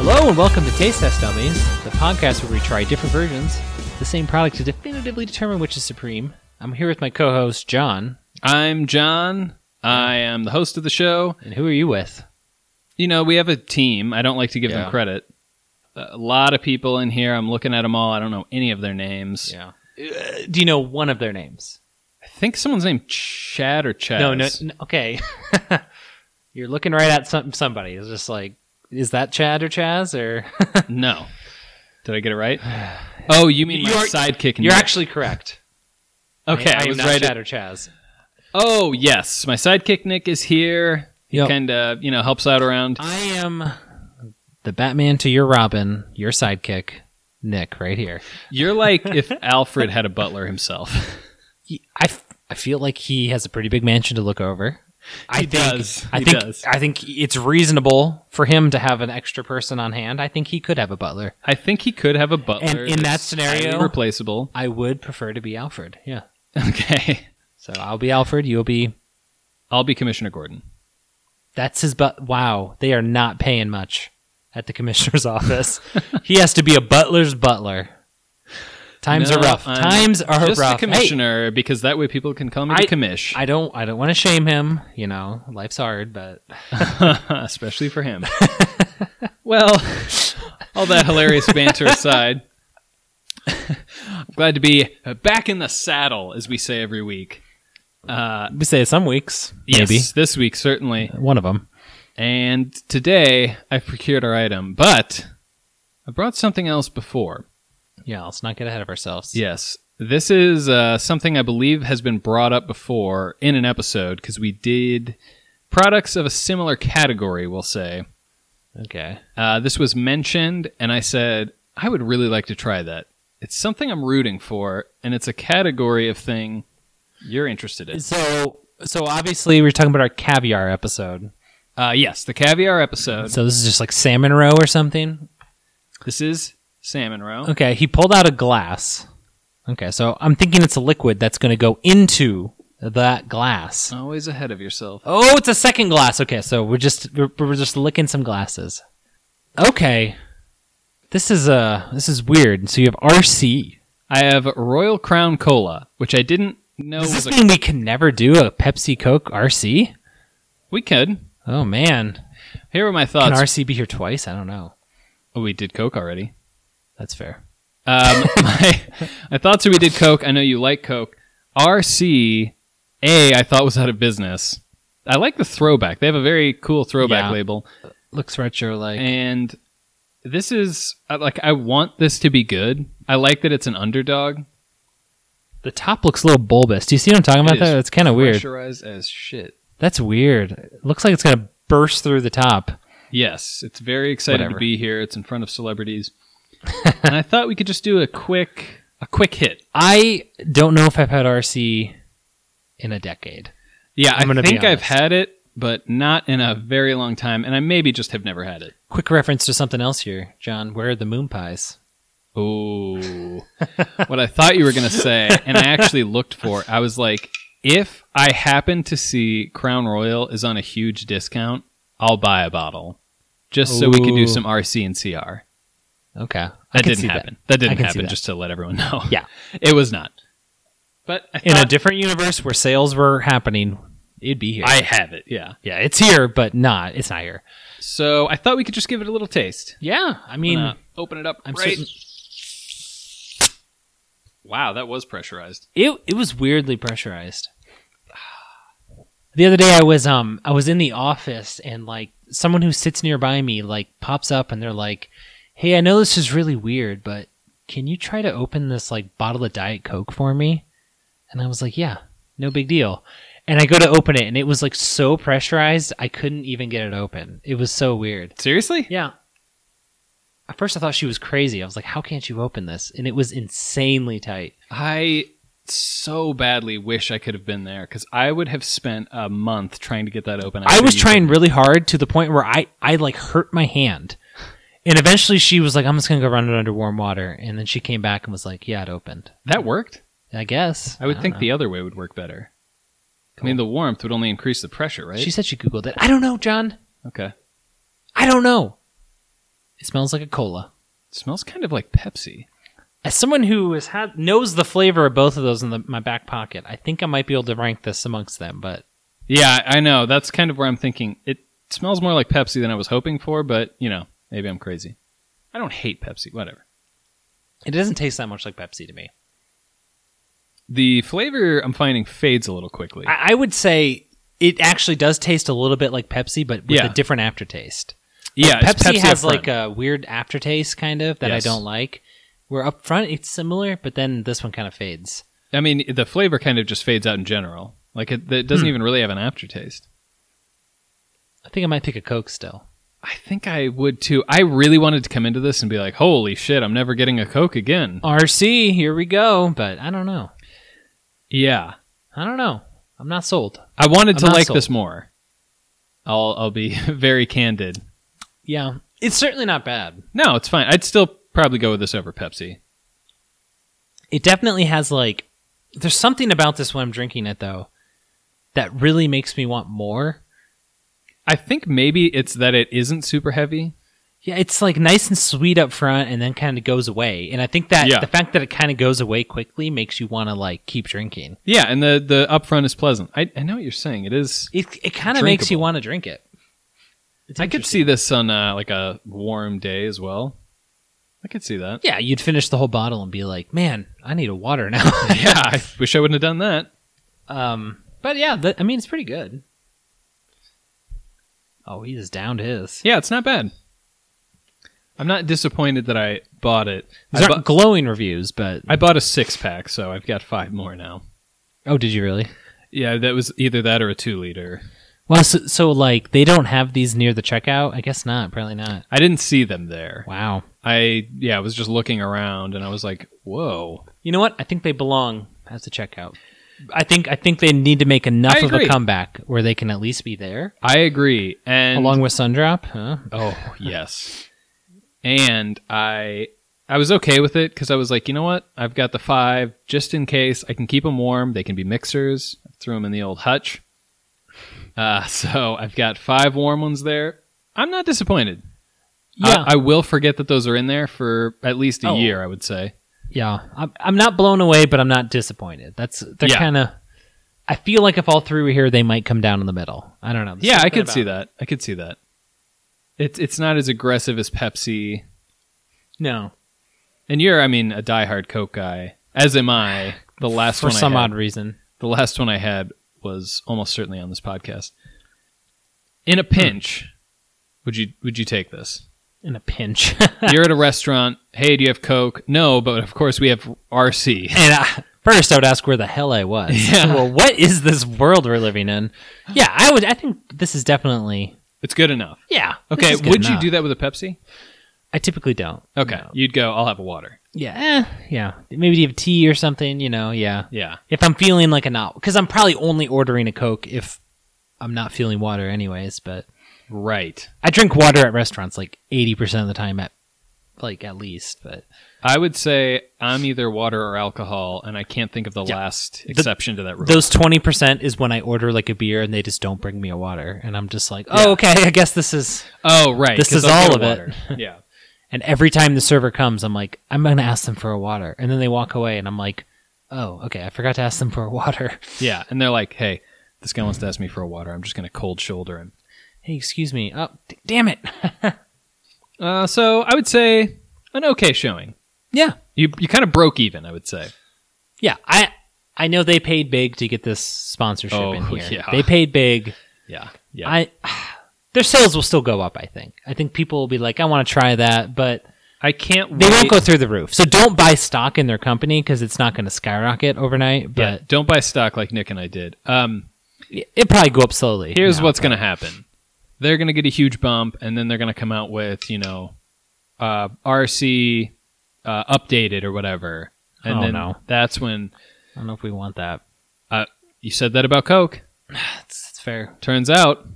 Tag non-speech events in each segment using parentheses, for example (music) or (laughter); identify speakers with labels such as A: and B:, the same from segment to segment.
A: Hello and welcome to Taste Test Dummies, the podcast where we try different versions of the same product to definitively determine which is supreme. I'm here with my co-host John,
B: I'm John. I am the host of the show.
A: and who are you with?
B: You know, we have a team. I don't like to give
A: Yeah.
B: them credit. A lot of people in here. I'm looking at them all. I don't know any of their names.
A: Yeah. Uh, do you know one of their names?
B: I think someone's named Chad or Chaz.
A: No,
B: (laughs)
A: no, no. Okay. (laughs) You're looking right at some, somebody. It's just like, is that Chad or Chaz (laughs) or?
B: no. Did I get
A: (sighs)
B: it right? Oh, you mean my
A: You're-
B: sidekick?
A: You're
B: Nick.
A: actually correct.
B: okay.
A: I,
B: I,
A: am
B: was
A: not
B: right.
A: Chad or Chaz.
B: oh, yes. My sidekick Nick is here. He
A: Yep.
B: kind of you know helps out around.
A: I am the Batman to your Robin, your sidekick, Nick, right here.
B: You're like
A: (laughs)
B: if Alfred had a butler himself. (laughs)
A: he, I, f- I feel like he has a pretty big mansion to look over. I
B: He
A: think,
B: does.
A: I
B: He
A: think,
B: does.
A: I think it's reasonable for him to have an extra person on hand. I think he could have a butler.
B: I think he could have a butler.
A: in that
B: that's highly
A: scenario-
B: replaceable. (laughs)
A: I would prefer to be Alfred. Yeah.
B: Okay.
A: So I'll be Alfred. You'll be.
B: I'll be Commissioner Gordon.
A: That's his but. Wow, they are not paying much at the commissioner's (laughs) office. he has to be a butler's butler. Times
B: No,
A: are rough.
B: I'm
A: Times are
B: just
A: rough. Hey,
B: the commissioner because that way people can call me the
A: I-
B: commish,
A: I don't. I don't want to shame him. You know, life's hard, but
B: (laughs) especially for him. well, all that hilarious banter aside, (laughs) I'm glad to be back in the saddle, as we say every week. Uh,
A: we say some weeks, maybe
B: yes, this week certainly.
A: one of them.
B: And today I procured our item, but I brought something else before.
A: Yeah, let's not get ahead of ourselves.
B: Yes. This is uh, something I believe has been brought up before in an episode because we did products of a similar category, we'll say.
A: Okay.
B: Uh, this was mentioned, and I said, I would really like to try that. It's something I'm rooting for, and it's a category of thing you're interested in.
A: So so obviously we're talking about our caviar episode.
B: Uh, yes, the caviar episode.
A: So this is just like salmon roe or something.
B: This is salmon roe.
A: Okay, he pulled out a glass. Okay, so I'm thinking it's a liquid that's going to go into that glass.
B: Always ahead of yourself.
A: Oh, it's a second glass. Okay, so we're just we're, we're just licking some glasses. Okay. This is uh this is weird. So you have RC.
B: I have Royal Crown Cola, which I didn't know
A: Does
B: was
A: this (laughs)
B: a.
A: mean we can never do a Pepsi Coke RC?
B: we could.
A: Oh man.
B: Here were my
A: Can
B: thoughts.
A: RC be here twice? I don't know.
B: oh, we did Coke already.
A: That's fair.
B: Um, (laughs) my, my thoughts are we did Coke. I know you like Coke. RC, A, I thought was out of business. I like the throwback. They have a very cool throwback
A: Yeah.
B: label.
A: Looks retro like.
B: And this is, I- like, I want this to be good. I like that it's an underdog.
A: The top looks a little bulbous. Do you see what I'm talking about
B: It is
A: there? It's kind of weird.
B: Pressurized as shit.
A: That's weird. It looks like it's going to burst through the top.
B: Yes, it's very excited
A: Whatever.
B: to be here. It's in front of
A: (laughs)
B: celebrities. and I thought we could just do a quick, a quick hit.
A: I don't know if I've had RC in a decade.
B: Yeah, i
A: I'm gonna be
B: think I've
A: honest.
B: had it, but not in a very long time. And I maybe just have never had it.
A: Quick reference to something else here, John. Where are the moon pies?
B: Oh, what I thought you were going to say, and I actually looked for. I was like, if I happen to see Crown Royal is on a huge discount, I'll buy a bottle just so we can
A: Ooh.
B: do some RC and CR.
A: Okay. That
B: That didn't happen. That,
A: I
B: didn't
A: can see
B: happen.
A: that.
B: Just to let everyone know.
A: Yeah.
B: (laughs) it was not. But I,
A: In a
B: thought-
A: different universe where sales were happening, it'd be here.
B: I have it. Yeah.
A: yeah, it's here, but not. It's not here.
B: So I thought we could just give it a little taste.
A: Yeah, I
B: I
A: mean,
B: mean, open it up.
A: I'm
B: right.
A: certain-
B: Wow, that was pressurized.
A: It it was weirdly pressurized. The other day I was um I was in the office and like someone who sits nearby me like pops up and they're like, "Hey, I know this is really weird, but can you try to open this like bottle of Diet Coke for me?" And I was like, "Yeah, no big deal." And I go to open it and it was like so pressurized, I couldn't even get it open. It was so weird.
B: Seriously?
A: Yeah. At first I thought she was crazy. I was like, "How can't you open this?" And it was insanely tight.
B: I so badly wish I could have been there because I would have spent a month trying to get that open.
A: I
B: after
A: was
B: you
A: trying
B: did.
A: really hard to the point where I, I like hurt my hand. And eventually she was like, I'm just going to go run it under warm water. And then she came back and was like, Yeah, it opened.
B: That worked.
A: I guess.
B: I would
A: don't
B: think
A: know.
B: the other way would work better. I mean, the warmth would only increase the pressure, right?
A: She said she Googled it. I don't know, John.
B: okay.
A: I don't know. It smells like a cola.
B: It smells kind of like Pepsi.
A: As someone who has had knows the flavor of both of those in the, my back pocket, I think I might be able to rank this amongst them. But
B: Yeah, I know. That's kind of where I'm thinking. It smells more like Pepsi than I was hoping for, but you know, maybe I'm crazy. I don't hate Pepsi. Whatever.
A: it doesn't taste that much like Pepsi to me.
B: The flavor I'm finding fades a little quickly.
A: I, I would say it actually does taste a little bit like Pepsi, but with
B: Yeah.
A: a different aftertaste.
B: yeah, it's
A: Pepsi,
B: Pepsi
A: has
B: up front.
A: like a weird aftertaste kind of that
B: Yes.
A: I don't like. Where up front it's similar, but then this one kind of fades.
B: I mean, the flavor kind of just fades out in general. Like it, it doesn't even really have an aftertaste.
A: I think I might pick a Coke still.
B: I think I would too. I really wanted to come into this and be like, "Holy shit, I'm never getting a Coke again."
A: RC, here we go. But I don't know.
B: Yeah,
A: I don't know. I'm not sold.
B: I wanted
A: I'm
B: to
A: not
B: like
A: sold.
B: this more. I'll I'll be (laughs) very candid.
A: Yeah, it's certainly not bad.
B: No, it's fine. I'd still probably go with this over Pepsi.
A: It definitely has like there's something about this when I'm drinking it though that really makes me want more.
B: I think maybe it's that it isn't super heavy.
A: Yeah, it's like nice and sweet up front and then kind of goes away. And I think that
B: Yeah.
A: the fact that it kind of goes away quickly makes you want to like keep drinking.
B: Yeah, and the the upfront is pleasant. I, I know what you're saying. It is.
A: It it kind of makes you
B: Drinkable.
A: want to drink it. It's
B: I could see this on uh, like a warm day as well. I could see
A: (laughs)
B: that.
A: Yeah, you'd finish the whole bottle and be like, "Man, I need a water now." (laughs)
B: yeah, I wish I wouldn't have done that.
A: Um, but yeah, th- I mean, it's pretty good. Oh, he just downed his.
B: Yeah, it's not bad. I'm not disappointed that I bought it.
A: These
B: I,
A: aren't
B: bu-
A: glowing reviews, but
B: I bought a six pack, so I've got five more now.
A: oh, did you really?
B: Yeah, that was either that or a two liter.
A: Well, so, so like they don't have these near the checkout. I guess not. Probably not.
B: I didn't see them there.
A: Wow.
B: I yeah, I was just looking around and I was like, whoa.
A: You know what? I think they belong as a checkout. I think I think they need to make enough
B: I
A: of a
B: agree.
A: comeback where they can at least be there
B: I agree. And
A: along with Sundrop. Huh?
B: Oh yes. And I I was okay with it because I was like, you know what? I've got the five just in case. I can keep them warm. They can be mixers. I threw them in the old hutch. Uh, (laughs) so I've got five warm ones there. I'm not disappointed. I-
A: Yeah.
B: I, will forget that those are in there for at least a
A: Oh.
B: year. I would say.
A: Yeah, I'm, I'm not blown away, but I'm not disappointed. That's they're
B: Yeah.
A: kind of. I feel like if all three were here, they might come down in the middle. I don't know. There's
B: yeah, I
A: something
B: could see
A: about-
B: that. I could see that. It's it's not as aggressive as Pepsi.
A: No,
B: And you're, I mean, a diehard Coke guy, as am I. The last
A: for
B: one
A: some
B: I had.
A: odd reason.
B: the last one I had was almost certainly on this podcast. In a pinch, would you would you take this?
A: (laughs) In a pinch, (laughs)
B: You're at a restaurant. Hey, do you have Coke? No, but of course we have RC.
A: and I, first I would ask where the hell I was.
B: uh, (laughs) Yeah.
A: Well, what is this world we're living in? Yeah, I would. I think this is definitely.
B: (laughs) It's good enough.
A: Yeah. this
B: Okay,
A: is good
B: would you
A: enough.
B: do that with a Pepsi?
A: I typically don't.
B: Okay,
A: No.
B: you'd go. I'll have a water.
A: Yeah. Eh, yeah. Maybe you have tea or something. You know. Yeah.
B: Yeah,
A: if I'm feeling like a not, because I'm probably only ordering a Coke if I'm not feeling water, anyways. But
B: right.
A: I drink water at restaurants like 80% of the time, at like at least. But
B: I would say I'm either water or alcohol, and I can't think of the
A: Yeah.
B: last exception to that rule.
A: those 20% is when I order like a beer and they just don't bring me a water. And I'm just like, oh,
B: Yeah.
A: okay, I guess this is.
B: oh, right.
A: This
B: 'cause
A: is
B: they'll
A: all
B: get
A: of (laughs) it.
B: water. yeah.
A: And every time the server comes, I'm like, I'm going to ask them for a water. And then they walk away and I'm like, oh, okay, I forgot to ask them for a water. (laughs)
B: Yeah. And they're like, hey, this guy wants to ask me for a water. I'm just going to cold shoulder him.
A: Hey, excuse me. Oh, d- damn
B: (laughs)
A: it.
B: Uh, so I would say an okay showing.
A: yeah.
B: You you kind of broke even, I would say.
A: Yeah, I I know they paid big to get this sponsorship
B: Oh,
A: in here.
B: yeah.
A: They paid big.
B: Yeah, yeah. I,
A: I (sighs) their sales will still go up. I think. I think people will be like, I want to try that, but
B: I can't.
A: they
B: wait.
A: won't go through the roof. So don't buy stock in their company because it's not going to skyrocket overnight.
B: Yeah,
A: But
B: don't buy stock like Nick and I did. Um,
A: it probably go up slowly.
B: here's
A: No,
B: what's going to happen: they're going to get a huge bump, and then they're going to come out with you know, uh, RC uh, updated or whatever, and
A: Oh,
B: then
A: no.
B: that's when
A: I don't know if we want
B: (sighs)
A: that.
B: you said that about Coke.
A: It's, it's fair.
B: Turns out,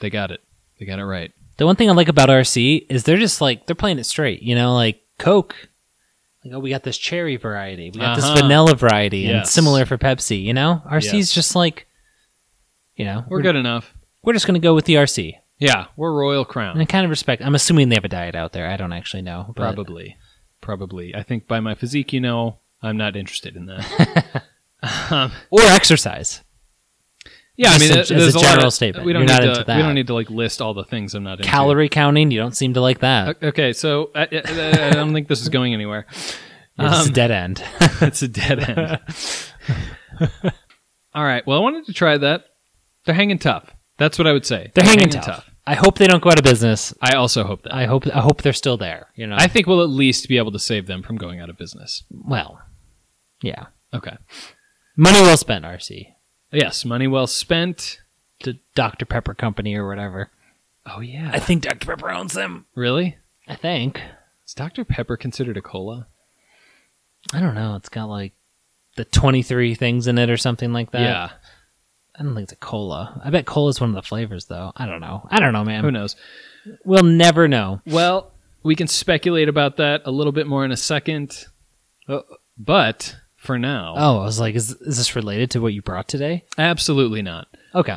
B: they got it. They got it right.
A: The one thing I like about RC is they're just like they're playing it straight. You know, like Coke. Like, oh, we got this cherry variety. We got
B: Uh-huh.
A: this vanilla variety, and
B: Yes.
A: similar for Pepsi. You know, RC's
B: Yes.
A: just like, you know,
B: We're good enough.
A: we're just going to go with the RC.
B: Yeah, we're Royal Crown.
A: And I kind of respect. I'm assuming they have a diet out there. I don't actually know. but-
B: Probably. Probably. I think by my physique, you know, I'm not interested
A: (laughs)
B: in that. um,
A: or exercise.
B: yeah, I
A: Just as-
B: mean, uh,
A: as a
B: there's lot
A: general
B: of-
A: statement.
B: We don't
A: You're
B: need
A: not
B: to,
A: into that.
B: We don't need to like list all the things I'm not into.
A: Calorie counting. You don't seem to like that.
B: O- Okay, so I, I I don't think
A: (laughs)
B: this is going anywhere.
A: it's a
B: Um,
A: dead end.
B: (laughs) it's a dead end. (laughs) all right. Well, I wanted to try that. They're hanging tough. That's what I would say.
A: (laughs) They're hanging tough. I hope they don't go out of business.
B: I also hope that. I,
A: I hope I hope they're still there. You know.
B: think we'll at least be able to save them from going out of business.
A: well, yeah.
B: Okay.
A: Money well spent, RC.
B: Yes, money well spent.
A: The Dr Pepper company or whatever.
B: Oh yeah.
A: I think Dr Pepper owns them.
B: really?
A: I think.
B: Is Dr Pepper considered a cola?
A: I don't know. It's got like the 23 things in it or something like that.
B: yeah.
A: I don't think it's a cola. I bet cola's one of the flavors though. I don't know. I don't know, man.
B: Who knows?
A: We'll never know.
B: Well, we can speculate about that a little bit more in a second. Uh, But for now,
A: Oh, I was like, is, is this related to what you brought today?
B: absolutely not.
A: Okay.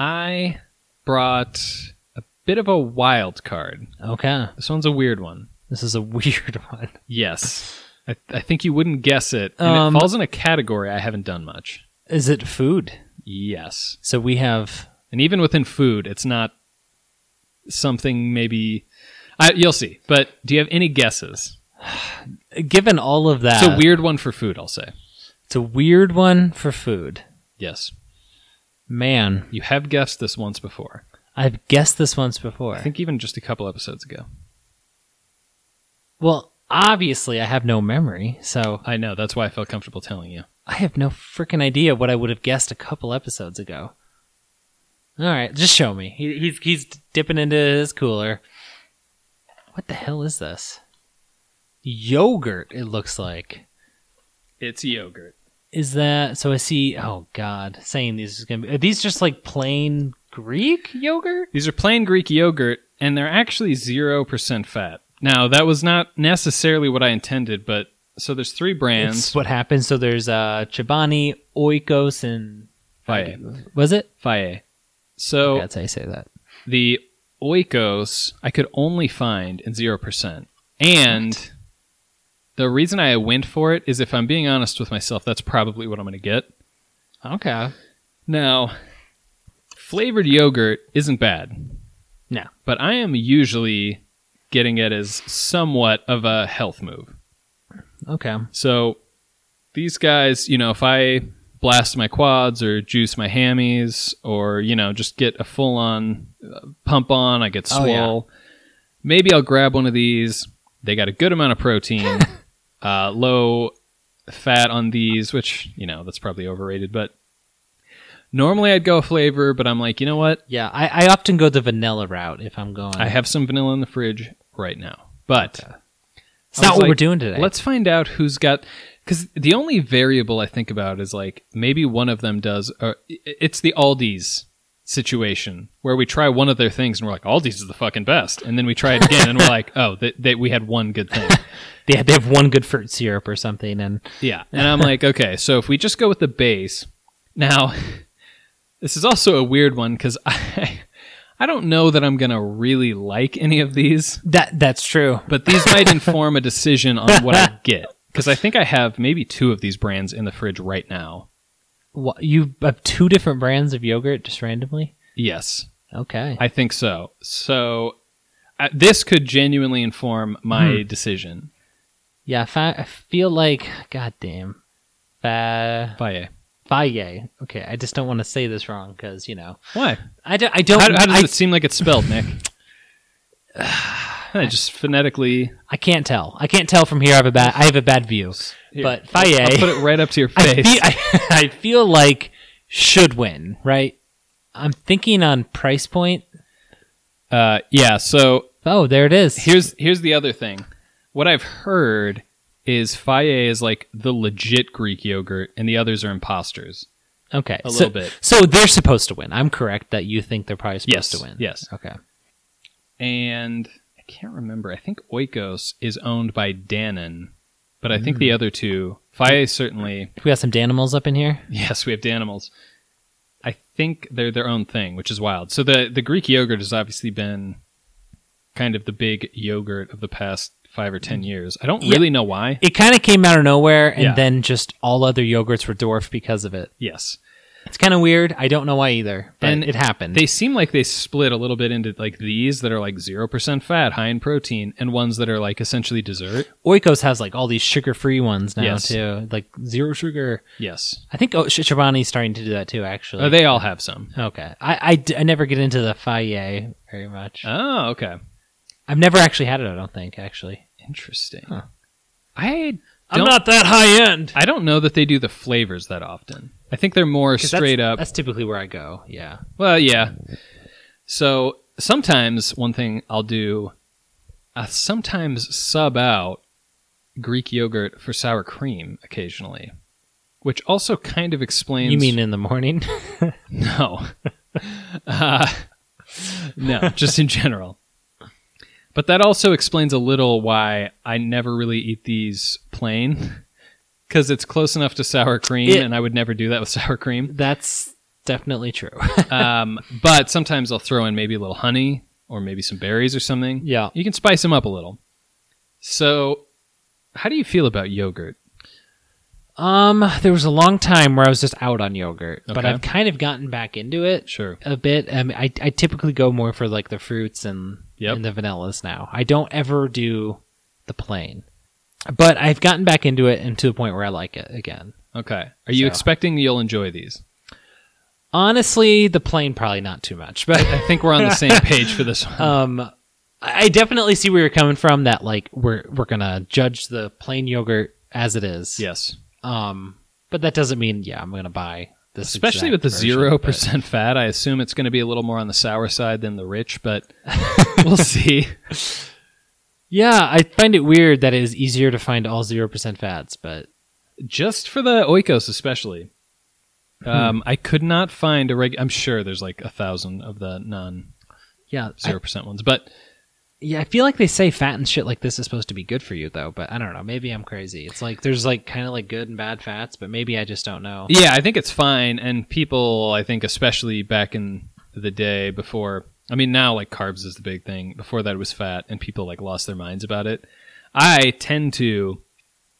B: I brought a bit of a wild card.
A: Okay.
B: This one's a weird one.
A: This is a (laughs) weird one.
B: Yes. I, I think you wouldn't guess it. And
A: Um,
B: it falls in a category I haven't done much.
A: Is it food?
B: Yes.
A: So we have.
B: And even within food, it's not something maybe. I, you'll see. But do you have any guesses?
A: Given all of that,
B: it's a weird one for food, I'll say.
A: it's a weird one for food.
B: Yes.
A: Man,
B: You have guessed this once before.
A: I've guessed this once before.
B: I think even just a couple episodes ago.
A: well, obviously, I have no memory, so
B: I know. That's why I felt comfortable telling you.
A: I have no freaking idea what I would have guessed a couple episodes ago. All right, just show me. He, he's he's dipping into his cooler. What the hell is this? Yogurt. It looks like.
B: It's yogurt.
A: Is that so? I see. Oh God, saying these is gonna be. Are these just like plain Greek yogurt?
B: These are plain Greek yogurt, and they're actually 0% fat. Now, that was not necessarily what I intended, but so there's three brands.
A: It's what happens. So there's uh Chobani, Oikos, and
B: Faye.
A: was it?
B: Faye. So
A: That's how you say that.
B: the Oikos I could only find in 0%. And the reason I went for it is if I'm being honest with myself, that's probably what I'm going to get.
A: Okay.
B: Now, flavored yogurt isn't bad.
A: No.
B: But I am usually getting it as somewhat of a health move.
A: Okay.
B: So these guys, you know, if I blast my quads or juice my hammies or, you know, just get a full on pump on, I get
A: Oh,
B: swole.
A: yeah.
B: Maybe I'll grab one of these. They got a good amount
A: (laughs)
B: of protein, uh, low fat on these, which, you know, that's probably overrated, but normally I'd go flavor, but I'm like, you know what?
A: Yeah, I, I often go the vanilla route if I'm going.
B: I have some vanilla in the fridge right now. But
A: It's
B: I
A: not
B: was
A: what
B: like,
A: we're doing today.
B: Let's find out who's got. Because the only variable I think about is like maybe one of them does. Or i- it's the Aldi's situation where we try one of their things and we're like, Aldi's is the fucking best, and then we try it again and we're like, oh, they, they, we had one good thing.
A: they, they have one good fruit syrup or something, and
B: Yeah, and I'm like, okay, so if we just go with the base now, (laughs) this is also a weird one because (laughs) I. I don't know that I'm gonna really like any of these.
A: that that's true.
B: but these might inform a decision on what I get because I think I have maybe two of these brands in the fridge right now.
A: Wha you have two different brands of yogurt just randomly.
B: Yes,
A: Okay,
B: I think so. So uh, this could genuinely inform my
A: Hmm.
B: decision.
A: yeah. If I, I feel like, goddamn, fa-
B: Faye,
A: Faye. Okay, I just don't want to say this wrong because you know
B: why?
A: I don't. I don't.
B: How, how does
A: I,
B: it seem like it's spelled, Nick? (sighs) I just phonetically,
A: I can't tell. I can't tell from here. I have a bad. I have a bad view.
B: Here,
A: but
B: I'll- I'll
A: Faye-
B: put it right up to your
A: I
B: face.
A: feel, I, (laughs) I feel like should win. Right. I'm thinking on price point.
B: uh, yeah. So
A: Oh, there it is.
B: here's here's the other thing. What I've heard is Faye is like the legit Greek yogurt, and the others are imposters.
A: Okay,
B: a
A: so,
B: little bit.
A: So they're supposed to win. I'm correct that you think they're probably supposed
B: Yes,
A: to win.
B: yes.
A: Okay.
B: and I can't remember. I think Oikos is owned by Dannon, but I think the other two, Faye certainly. (laughs)
A: We got some Danimals up in here.
B: Yes, we have Danimals. I think they're their own thing, which is wild. So the the Greek yogurt has obviously been kind of the big yogurt of the past five or ten years. I don't
A: Yeah.
B: really know why.
A: It kind of came out of nowhere, and
B: Yeah.
A: then just all other yogurts were dwarfed because of it.
B: Yes,
A: It's kind of weird. I don't know why either, but
B: And
A: it happened.
B: they seem like they split a little bit into like these that are like zero percent fat, high in protein, and ones that are like essentially dessert.
A: Oikos has like all these sugar-free ones now
B: Yes.
A: too, like zero sugar.
B: Yes,
A: I think oh, Sh- Chobani's starting to do that too, actually.
B: oh, they all have some.
A: okay, I, I d- I never get into the faye very much.
B: Oh, okay,
A: I've never actually had it. I don't think actually.
B: interesting.
A: Huh.
B: I
A: I'm
B: Don't-
A: not that high end.
B: I don't know that they do the flavors that often. I think they're more
A: 'Cause
B: straight
A: that's,
B: up.
A: That's typically where I go. Yeah.
B: Well, yeah. So sometimes one thing I'll do, I sometimes sub out Greek yogurt for sour cream occasionally, which also kind of explains.
A: You mean in the morning? (laughs)
B: No. Oh. (laughs) uh, no, just in general. But that also explains a little why I never really eat these plain because it's close enough to sour cream,
A: It-
B: and I would never do that with (laughs) sour cream.
A: that's definitely true. (laughs)
B: Um, but sometimes I'll throw in maybe a little honey or maybe some berries or something.
A: yeah.
B: You can spice them up a little. So, how do you feel about yogurt?
A: Um, there was a long time where I was just out on yogurt, but
B: Okay.
A: I've kind of gotten back into it
B: Sure.
A: a bit. Um, I I typically go more for like the fruits and
B: Yep.
A: and the vanillas now. I don't ever do the plain, but I've gotten back into it and to the point where I like it again.
B: Okay. Are you
A: So-
B: expecting you'll enjoy these?
A: Honestly, the plain probably not too much, (laughs) but
B: I think we're on
A: (laughs)
B: the same page for this one.
A: um i I definitely see where you're coming from that like we're we're gonna judge the plain yogurt as it is
B: yes.
A: um but that doesn't mean yeah i'm gonna buy this
B: especially
A: exact
B: with the
A: version,
B: zero
A: but-
B: percent fat. I assume it's going to be a little more on the sour side than the rich, but (laughs) we'll see.
A: yeah i find it weird that it is easier to find all zero percent fats but
B: Just for the oikos, especially,
A: Hmm.
B: um, I could not find a reg. I'm sure there's like a thousand of the non
A: yeah I,
B: zero percent ones, but
A: yeah i feel like they say fat and shit like this is supposed to be good for you though but i don't know maybe i'm crazy it's like there's like kind of like good and bad fats but maybe i just don't know
B: yeah, I think it's fine. And people, I think, especially back in the day before, I mean, now like carbs is the big thing. Before that, it was fat, and people like lost their minds about it. I tend to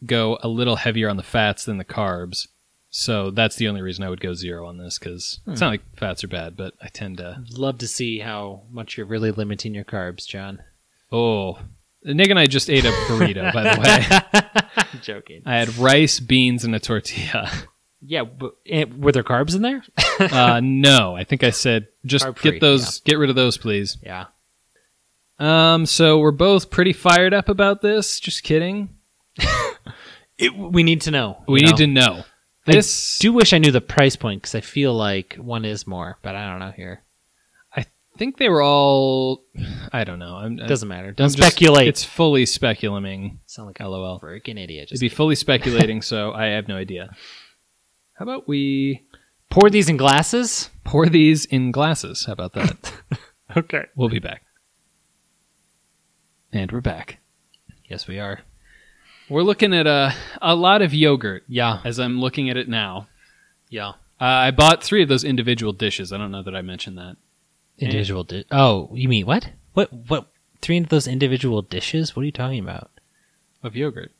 B: go a little heavier on the fats than the carbs. So that's the only reason I would go zero on this because it's not like fats are bad, but I tend to.
A: I'd love to see how much you're really limiting your carbs john
B: Oh, Nick and I just ate a burrito, by the way.
A: (laughs) I'm joking
B: I had rice, beans, and a tortilla.
A: Yeah, but eh, were there carbs in there?
B: Uh, no, I think I said just
A: Carb-free,
B: get those, get rid of those, please.
A: yeah.
B: Um, so we're both pretty fired up about this. Just kidding.
A: we need to know.
B: We
A: you
B: need
A: know?
B: to know.
A: I
B: This, I,
A: do wish I knew the price point because I feel like one is more, but I don't know here.
B: think they were all. I don't know. I'm,
A: Doesn't matter.
B: I'm
A: Don't
B: just-
A: speculate.
B: it's fully speculating.
A: sound like a
B: LOL.
A: freaking idiot.
B: It'd
A: Just
B: be fully
A: (laughs)
B: speculating, so I have no idea. How about we
A: pour these in glasses.
B: pour these in glasses? How about that?
A: Okay.
B: we'll be back. And we're back.
A: Yes, we are.
B: We're looking at a a lot of yogurt
A: Yeah.
B: as I'm looking at it now.
A: Yeah.
B: Uh, I bought three of those individual dishes. I don't know that I mentioned that.
A: Individual. Di- oh, you mean what? What? What? Three of those individual dishes? What are you talking about?
B: of yogurt.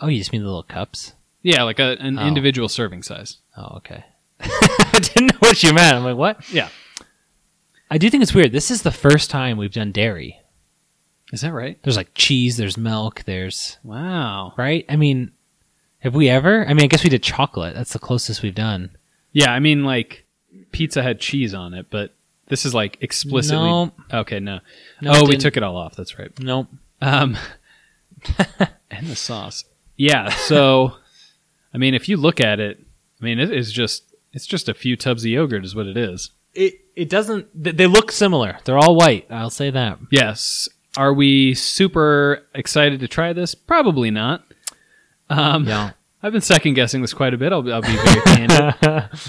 A: Oh, you just mean the little cups?
B: Yeah, like a, an
A: Oh.
B: individual serving size.
A: Oh, okay. (laughs) I didn't know what you meant. I'm like, what?
B: Yeah.
A: I do think it's weird. This is the first time we've done dairy.
B: Is that right?
A: There's like cheese, there's milk, there's
B: Wow.
A: right? I mean, have we ever? I mean, I guess we did chocolate. That's the closest we've done.
B: Yeah, I mean, like pizza had cheese on it, but this is like explicitly.
A: No.
B: Okay, no.
A: No,
B: oh,
A: it
B: we
A: didn't.
B: took it all off. That's right.
A: Nope.
B: Um, (laughs) and the sauce. Yeah. So, I mean, if you look at it, I mean, it is just it's just a few tubs of yogurt, is what it is.
A: It it doesn't. They look similar. They're all white. I'll say that.
B: Yes. Are we super excited to try this? Probably not.
A: (laughs)
B: Um,
A: Yeah.
B: I've been second guessing this quite a bit. I'll, be- I'll be very
A: (laughs)
B: candid.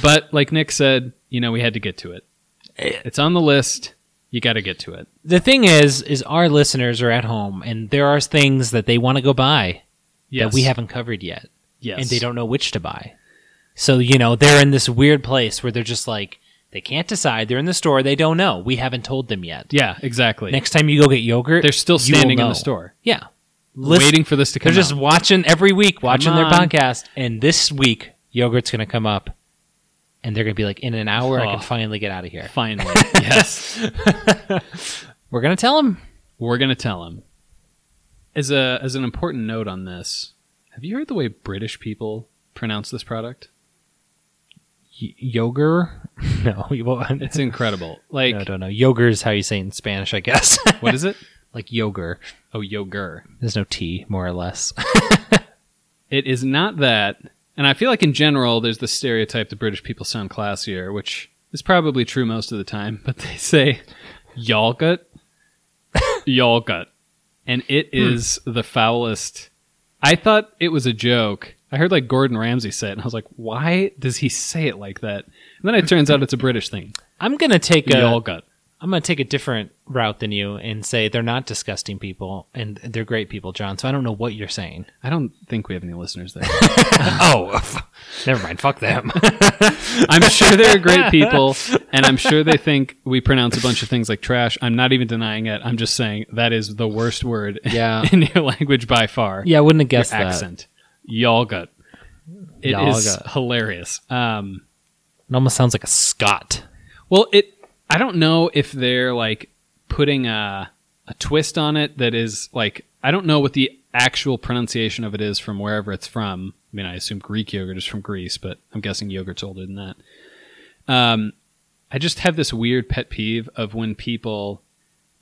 B: But like Nick said, you know, we had to get to it.
A: Eh.
B: It's on the list. You got to get to it.
A: The thing is, is our listeners are at home, and there are things that they want to go buy
B: Yes.
A: that we haven't covered yet,
B: Yes.
A: and they don't know which to buy. So you know, they're in this weird place where they're just like, They can't decide. They're in the store. They don't know. We haven't told them yet.
B: Yeah, exactly.
A: Next time you go get yogurt,
B: They're still
A: you will
B: standing in
A: know.
B: the store,
A: Yeah. Listen-
B: waiting for this to come.
A: They're just
B: out.
A: watching every week, watching their
B: on.
A: podcast. And this week, yogurt's going to come up, and they're going to be like, in an hour, I
B: Oh.
A: can (laughs) finally get out of
B: (laughs)
A: here.
B: finally.
A: (laughs)
B: yes,
A: We're going to tell them.
B: we're gonna tell him. As a as an important note on this, have you heard the way British people pronounce this product?
A: Y- yogurt? (laughs) No, you won't.
B: It's incredible.
A: (laughs)
B: Like
A: no, I don't know. Yogurt is how you say it in Spanish, I
B: (laughs)
A: guess.
B: what is it?
A: like yogurt.
B: Oh, yogurt.
A: There's no T, more or less. (laughs)
B: It is not that. And I feel like in general, there's the stereotype that British people sound classier, which is probably true most of the time, (laughs) but they say yogurt, yogurt. And it is the foulest. I thought it was a joke. I heard like Gordon Ramsay say it, and I was like, why does he say it like that? And then it turns out it's a British thing.
A: I'm gonna take a
B: Yogurt.
A: am gonna take a different route than you and say they're not disgusting people and they're great people, John. So I don't know what you're
B: (laughs)
A: saying.
B: I don't think we have any listeners there.
A: oh,
B: (laughs)
A: f- never mind. Fuck them.
B: I'm sure
A: (laughs)
B: they're great people, and I'm sure they think we pronounce a bunch of things like trash. I'm not even denying it. I'm just saying that is the worst word (laughs)
A: Yeah.
B: in your language by far.
A: (laughs) yeah, I wouldn't have
B: Your
A: guessed that.
B: accent. Yogurt. It is
A: Yogurt.
B: hilarious. Um,
A: It almost sounds like a Scot.
B: well, it. I don't know if they're like putting a a twist on it that is like I don't know what the actual pronunciation of it is from wherever it's from. I mean, I assume Greek yogurt is from Greece, but I'm guessing yogurt's older than that. Um, I just have this weird pet peeve of when people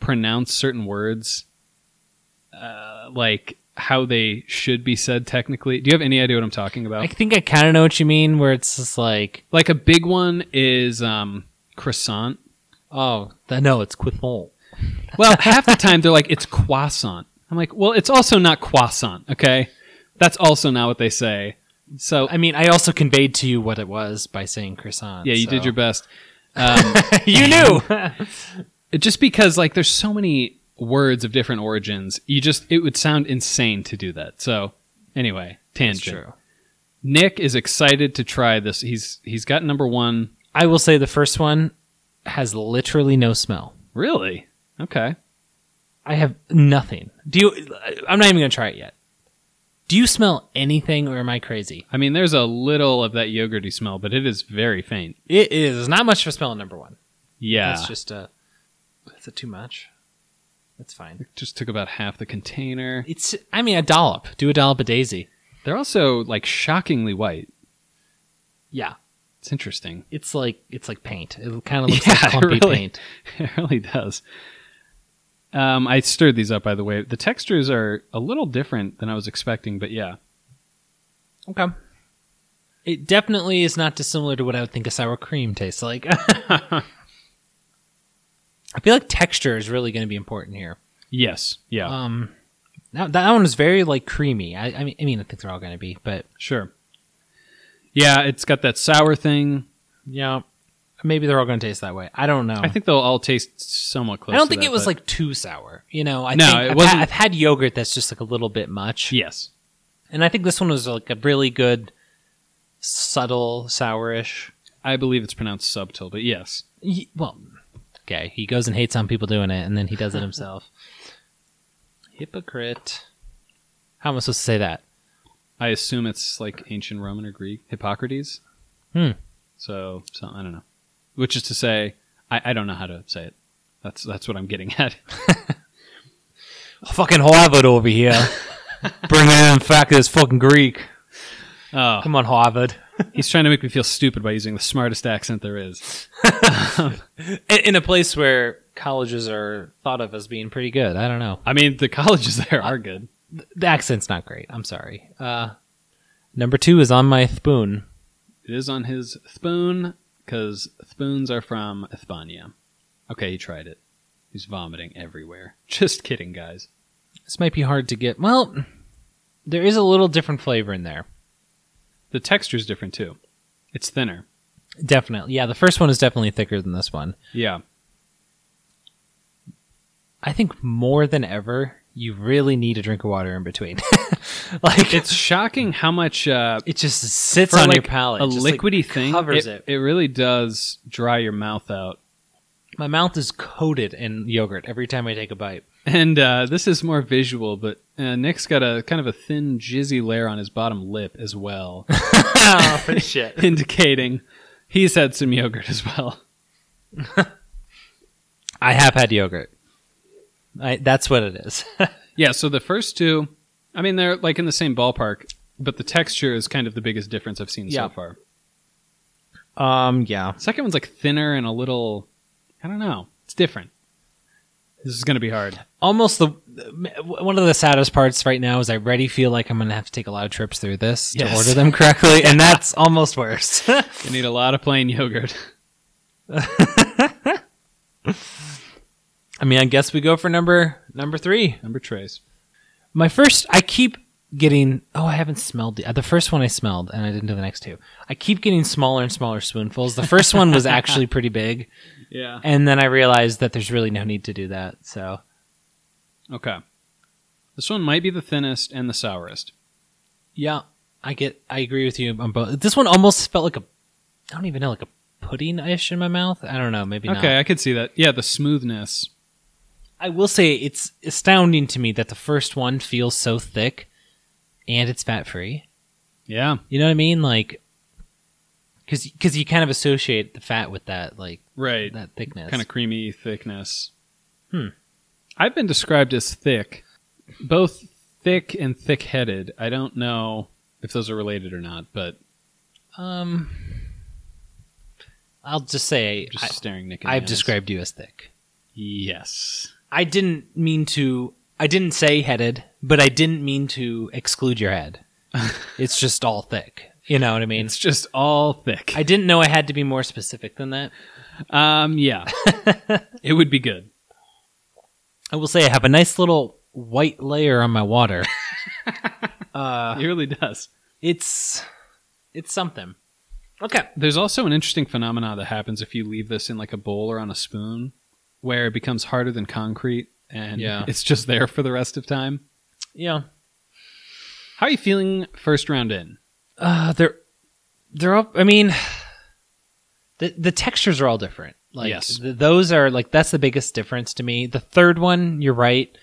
B: pronounce certain words uh, like how they should be said technically. Do you have any idea what I'm talking about?
A: I think I kind of know what you mean. Where it's just like,
B: like a big one is um, croissant.
A: oh th- no, it's Quithmol.
B: Well, half the time they're like, it's croissant. I'm like, well, it's also not croissant, okay? That's also not what they say. So,
A: I mean, I also conveyed to you what it was by saying croissant.
B: yeah, you
A: so-
B: did your best.
A: (laughs) you knew.
B: It- (laughs) Just because, like, there's so many words of different origins, you just, it would sound insane to do that. So, anyway,
A: It's
B: tangent.
A: true.
B: Nick is excited to try this. He's He's got number one.
A: I will say the first one has literally no smell.
B: Really? Okay.
A: I have nothing. Do you? I'm not even gonna try it yet. Do you smell anything, or am I crazy?
B: I mean, there's a little of that yogurty smell, but it is very faint.
A: It is not much for smelling number one.
B: Yeah.
A: That's just a. That's a too much. That's fine.
B: just took about half the container.
A: It's. I mean, a dollop. Do a dollop of daisy.
B: They're also, like, shockingly white.
A: Yeah,
B: It's interesting. (laughs)
A: it's like it's like paint. It kind of looks
B: Yeah,
A: like
B: it
A: clumpy
B: really-
A: paint.
B: It really does. Um, I stirred these up, by the way. The textures are a little different than I was expecting, but yeah.
A: Okay. It definitely is not dissimilar to what I would think a sour cream tastes like. (laughs) I feel like texture is really going to be important here.
B: Yes. Yeah.
A: Um, that, that one was very like creamy. I, I mean, I mean, I think they're all going to be, but
B: sure. Yeah, it's got that sour thing.
A: yeah, maybe they're all going to taste that way. I don't know.
B: I think they'll all taste somewhat close.
A: Oh. I don't
B: to
A: think
B: that,
A: it was
B: but-
A: like too sour. You know, I
B: No,
A: think
B: it
A: I've,
B: wasn't-
A: had, I've had yogurt that's just like a little bit much,
B: Yes.
A: and I think this one was like a really good, subtle sourish.
B: I believe it's pronounced subtle, but yes.
A: Y well, okay, he goes and hates on people doing it, and then he does (laughs) it himself. Hypocrite. How am I supposed to say that?
B: I assume it's like ancient Roman or Greek Hippocrates.
A: Hmm.
B: So, so I don't know. Which is to say, I, I don't know how to say it. That's that's what I'm getting at. (laughs)
A: Fucking Harvard over here. (laughs) Bringing in fact this fucking Greek.
B: Oh,
A: Come on, Harvard.
B: He's trying to make me feel stupid by using the smartest accent there is.
A: In, in a place where colleges are thought of as being pretty good. I don't know.
B: I mean, the colleges (laughs) there are good.
A: The accent's not great. I'm sorry. Uh, number two is on my spoon.
B: It is on his spoon because spoons are from España. Okay, he tried it. He's vomiting everywhere. (laughs) Just kidding, guys.
A: This might be hard to get. Well, there is a little different flavor in there.
B: The texture's different too. It's thinner.
A: Definitely. Yeah, the first one is definitely thicker than this one.
B: Yeah.
A: I think more than ever, you really need a drink of water in between. (laughs) like (laughs)
B: It's shocking how much uh,
A: it just sits
B: for
A: on
B: like
A: your palate.
B: a
A: It just, like,
B: liquidy thing
A: covers
B: it,
A: it.
B: it really does dry your mouth out.
A: My mouth is coated in yogurt every time I take a
B: (laughs)
A: bite.
B: And uh, this is more visual, but uh, Nick's got a kind of a thin, jizzy layer on his bottom lip as well,
A: oh (laughs) shit!
B: (laughs) indicating he's had some yogurt as well.
A: I have had yogurt. I, that's what it is.
B: Yeah, so the first two, I mean, they're like in the same ballpark, but the texture is kind of the biggest difference I've seen
A: Yeah.
B: so far.
A: um, yeah.
B: Second one's like thinner and a little, I don't know, it's different. This is going to be hard.
A: Almost the one of the saddest parts right now is I already feel like I'm gonna have to take a lot of trips through this to
B: Yes.
A: order them correctly, and that's almost worse. (laughs)
B: (laughs) You need a lot of plain yogurt. (laughs)
A: I mean, I guess we go for number number three.
B: Number trace.
A: My first, I keep getting. Oh, I haven't smelled the, uh, the first one. I smelled, and I didn't do the next two. I keep getting smaller and smaller spoonfuls. The first one was actually pretty big,
B: Yeah.
A: and then I realized that there's really no need to do that. So
B: Okay. This one might be the thinnest and the sourest.
A: yeah, I get. I agree with you on both. This one almost felt like a. I don't even know, like a pudding ish in my mouth. I don't know. Maybe not.
B: Okay, I could see that. Yeah, the smoothness.
A: I will say it's astounding to me that the first one feels so thick, and it's fat free.
B: Yeah.
A: You know what I mean? Like, because you kind of associate the fat with that, like
B: Right.
A: that thickness.
B: Kind of creamy thickness.
A: Hmm.
B: I've been described as thick, both thick and thick headed. I don't know if those are related or not, but
A: Um, I'll just say
B: just staring Nick in the
A: I, I've
B: eyes.
A: described you as thick.
B: Yes.
A: I didn't mean to. I didn't say headed, but I didn't mean to exclude your
B: (laughs)
A: head. it's just all thick. You know what I mean?
B: It's just all thick.
A: I didn't know I had to be more specific than that. (laughs)
B: um, yeah. it would be good.
A: I will say I have a nice little white layer on my
B: (laughs)
A: water. uh,
B: It really does.
A: it's it's something. Okay.
B: There's also an interesting phenomenon that happens if you leave this in like a bowl or on a spoon, where it becomes harder than concrete and
A: Yeah.
B: it's just there for the rest of time.
A: Yeah.
B: How are you feeling first round in?
A: Uh, they're they're all. I mean, the the textures are all different. Like
B: Yes.
A: th- those are like that's the biggest difference to me. The third one, you're right,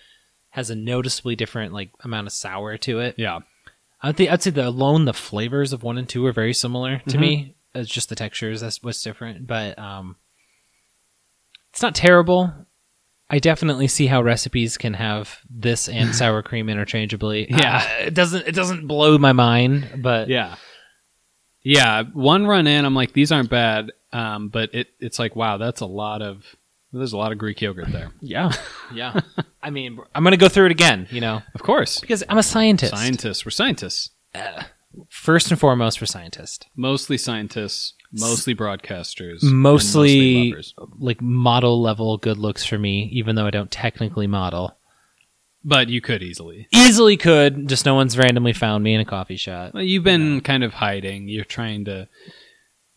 A: has a noticeably different like amount of sour to it.
B: Yeah.
A: I think I'd say the alone the flavors of one and two are very similar
B: Mm-hmm.
A: to me. It's just the textures that's what's different, but um, it's not terrible. I definitely see how recipes can have this
B: (laughs)
A: and sour cream interchangeably.
B: Yeah.
A: Uh, it doesn't it doesn't blow my mind, but
B: Yeah. Yeah. One run in, I'm like, these aren't bad. Um, but it, it's like, wow, that's a lot of, there's a lot of Greek yogurt there.
A: (laughs) Yeah. (laughs) Yeah. I mean, I'm going to go through it again, you know,
B: Of course.
A: because I'm a scientist.
B: Scientists. We're scientists.
A: First and foremost, we're scientists.
B: Mostly scientists, mostly broadcasters, and
A: Mostly,
B: lovers.
A: like model level good looks for me, even though I don't technically model.
B: But you could easily.
A: Easily could, just no one's randomly found me in a coffee shop.
B: Well, you've been kind of hiding. You're trying to,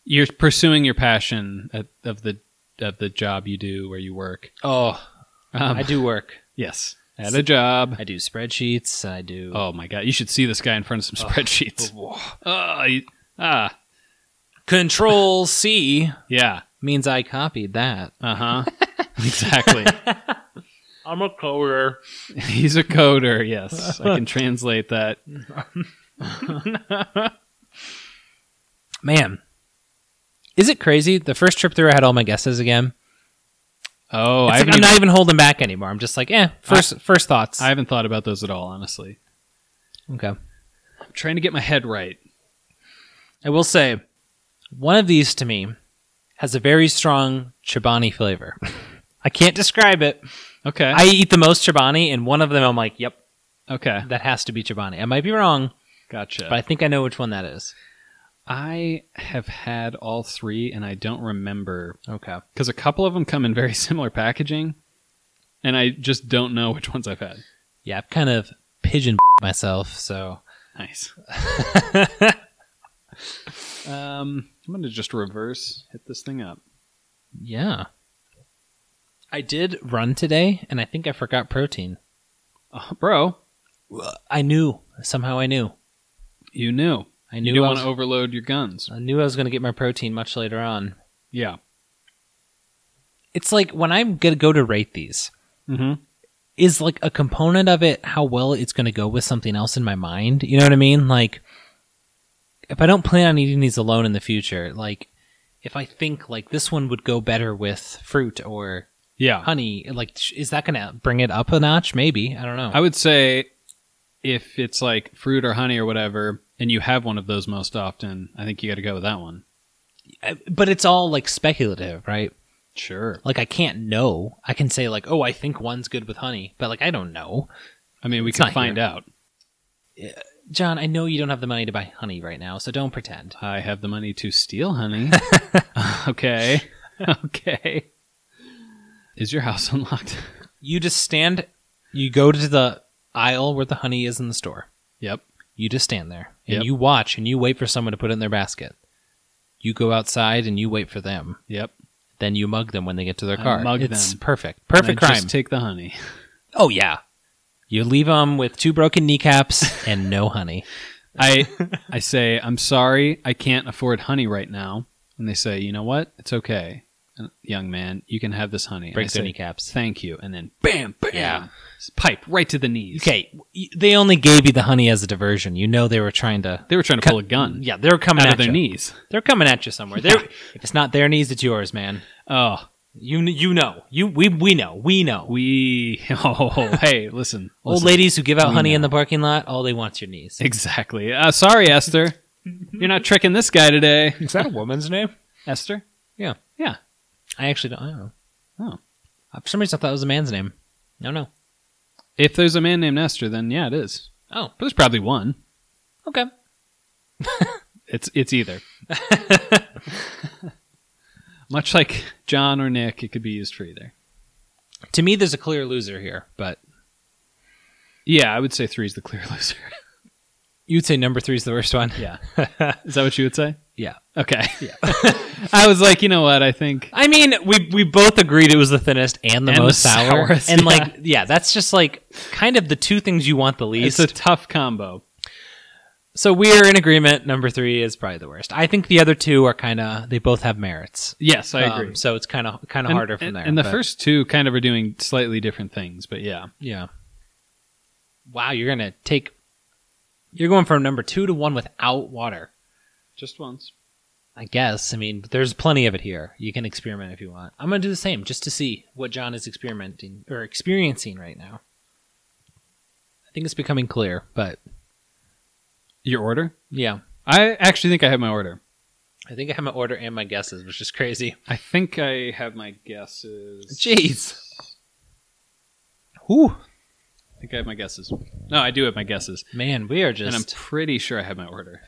B: you're pursuing your passion at, of the, of the job you do where you work.
A: Oh,
B: Um,
A: I (laughs) do work.
B: yes. At a job.
A: I do spreadsheets. I do.
B: Oh my god, you should see this guy in front of some spreadsheets. Ah, he- ah,
A: (laughs) Control C
B: yeah,
A: means I copied that. (laughs)
B: uh huh, exactly. (laughs)
A: I'm a coder.
B: He's a coder. Yes, I can translate that.
A: Man, is it crazy? The first trip through, I had all my guesses again.
B: Oh, I
A: It's
B: haven't,
A: like I'm
B: even-
A: not even holding back anymore. I'm just like, eh. First, first thoughts.
B: I haven't thought about those at all. Honestly,
A: okay.
B: I'm trying to get my head right.
A: I will say, one of these to me has a very strong Chobani flavor. (laughs) I can't describe it.
B: Okay,
A: I eat the most Chobani, and one of them I'm like, yep,
B: okay,
A: that has to be Chobani. I might be wrong,
B: gotcha.
A: but I think I know which one that is.
B: I have had all three, and I don't remember
A: Okay.
B: because a couple of them come in very (laughs) similar packaging, and I just don't know which ones I've had.
A: Yeah, I've kind of pigeon (laughs) myself, so. (laughs)
B: Nice. um, I'm going to just reverse hit this thing up.
A: Yeah. I did run today, and I think I forgot protein.
B: Uh, bro,
A: I knew somehow. I knew.
B: You knew.
A: I
B: You
A: knew.
B: didn't
A: I,
B: want
A: was,
B: to overload your guns.
A: I knew I was going to get my protein much later on.
B: Yeah.
A: It's like when I'm going to go to rate these.
B: Mm-hmm.
A: Is like a component of it how well it's going to go with something else in my mind. You know what I mean? Like, if I don't plan on eating these alone in the future, like if I think like this one would go better with fruit or
B: Yeah.
A: honey, like sh- is that going to bring it up a notch? Maybe I don't know.
B: I would say if it's like fruit or honey or whatever, and you have one of those most often, I think you got to go with that one.
A: I- but it's all like speculative, right?
B: Sure.
A: Like I can't know. I can say like, oh, I think one's good with honey, but like I don't know.
B: I mean, we
A: It's
B: can
A: not
B: find out.
A: John, I know you don't have the money to buy honey right now, so don't pretend.
B: I have the money to steal
A: (laughs)
B: honey. (laughs) okay. (laughs) Okay. Is your house (laughs) unlocked?
A: You just stand. You go to the aisle where the honey is in the store.
B: yep.
A: You just stand there and
B: Yep.
A: you watch and you wait for someone to put it in their basket. You go outside and you wait for them.
B: Yep.
A: Then you mug them when they get to their
B: I
A: car.
B: mug
A: it's
B: them.
A: perfect.
B: And
A: Perfect
B: I
A: crime.
B: Just take the honey.
A: oh yeah. You leave them with two broken kneecaps (laughs) and no honey. (laughs)
B: I I say I'm sorry, I can't afford honey right now, and they say, you know what? It's okay, And, young man. You can have this honey. And I
A: Break their
B: say,
A: kneecaps.
B: Thank you. And then bam, bam.
A: Yeah.
B: Pipe right to the knees.
A: Okay, y- they only gave you the honey as a diversion. You know they were trying to.
B: They were trying to pull a gun
A: Yeah, they're coming
B: out
A: at
B: of their
A: you.
B: knees.
A: They're coming at you somewhere.
B: (laughs)
A: They're, if it's not their knees, it's yours, man.
B: Oh,
A: You kn- you know you we we know we know.
B: we. (laughs) Oh, hey, listen.
A: Old
B: listen.
A: ladies who give out
B: we
A: honey in
B: know.
A: the parking lot, all they want's your knees.
B: Exactly. Uh, sorry, Esther. You're not tricking this guy today.
A: Is that a woman's name?
B: Esther?
A: Yeah.
B: Yeah.
A: I actually don't. I don't know.
B: Oh.
A: Uh, For some reason, I thought it was a man's name. No, no.
B: If there's a man named Esther, then yeah, it is.
A: Oh,
B: But there's probably one.
A: okay.
B: (laughs) It's
A: (laughs)
B: it's either. Much like John or Nick, it could be used for either.
A: To me, there's a clear loser here.
B: But yeah, I would say three's the clear
A: (laughs)
B: loser.
A: You'd say number three's the worst one.
B: Yeah. Is that what you would say?
A: (laughs) Yeah.
B: Okay. Yeah. (laughs) I was like, you know what? I think
A: I mean, we we both agreed it was the thinnest and the
B: And the
A: most sour,
B: sourest,
A: and
B: yeah.
A: like yeah, that's just like kind of the two things you want the least.
B: it's a tough combo.
A: so we're in agreement. Number three is probably the worst. I think the other two are kind of they both have merits.
B: Yes, I
A: Um,
B: agree.
A: so it's kind of kind of
B: And-
A: harder from
B: and,
A: there.
B: And the
A: but-
B: first two kind of are doing slightly different things, but yeah.
A: yeah. Wow, you're gonna take. You're going from number two to one without water.
B: Just once.
A: I guess. I mean, there's plenty of it here. You can experiment if you want. I'm gonna do the same just to see what John is experimenting or experiencing right now. I think it's becoming clear, but
B: Your order?
A: yeah,
B: I actually think I have my order.
A: I think I have my order and my guesses, which is crazy. (laughs)
B: I think I have my guesses.
A: Jeez. Whew.
B: I think I have my guesses. No, I do have my guesses.
A: Man, we are
B: And I'm
A: just.
B: pretty sure I have my order.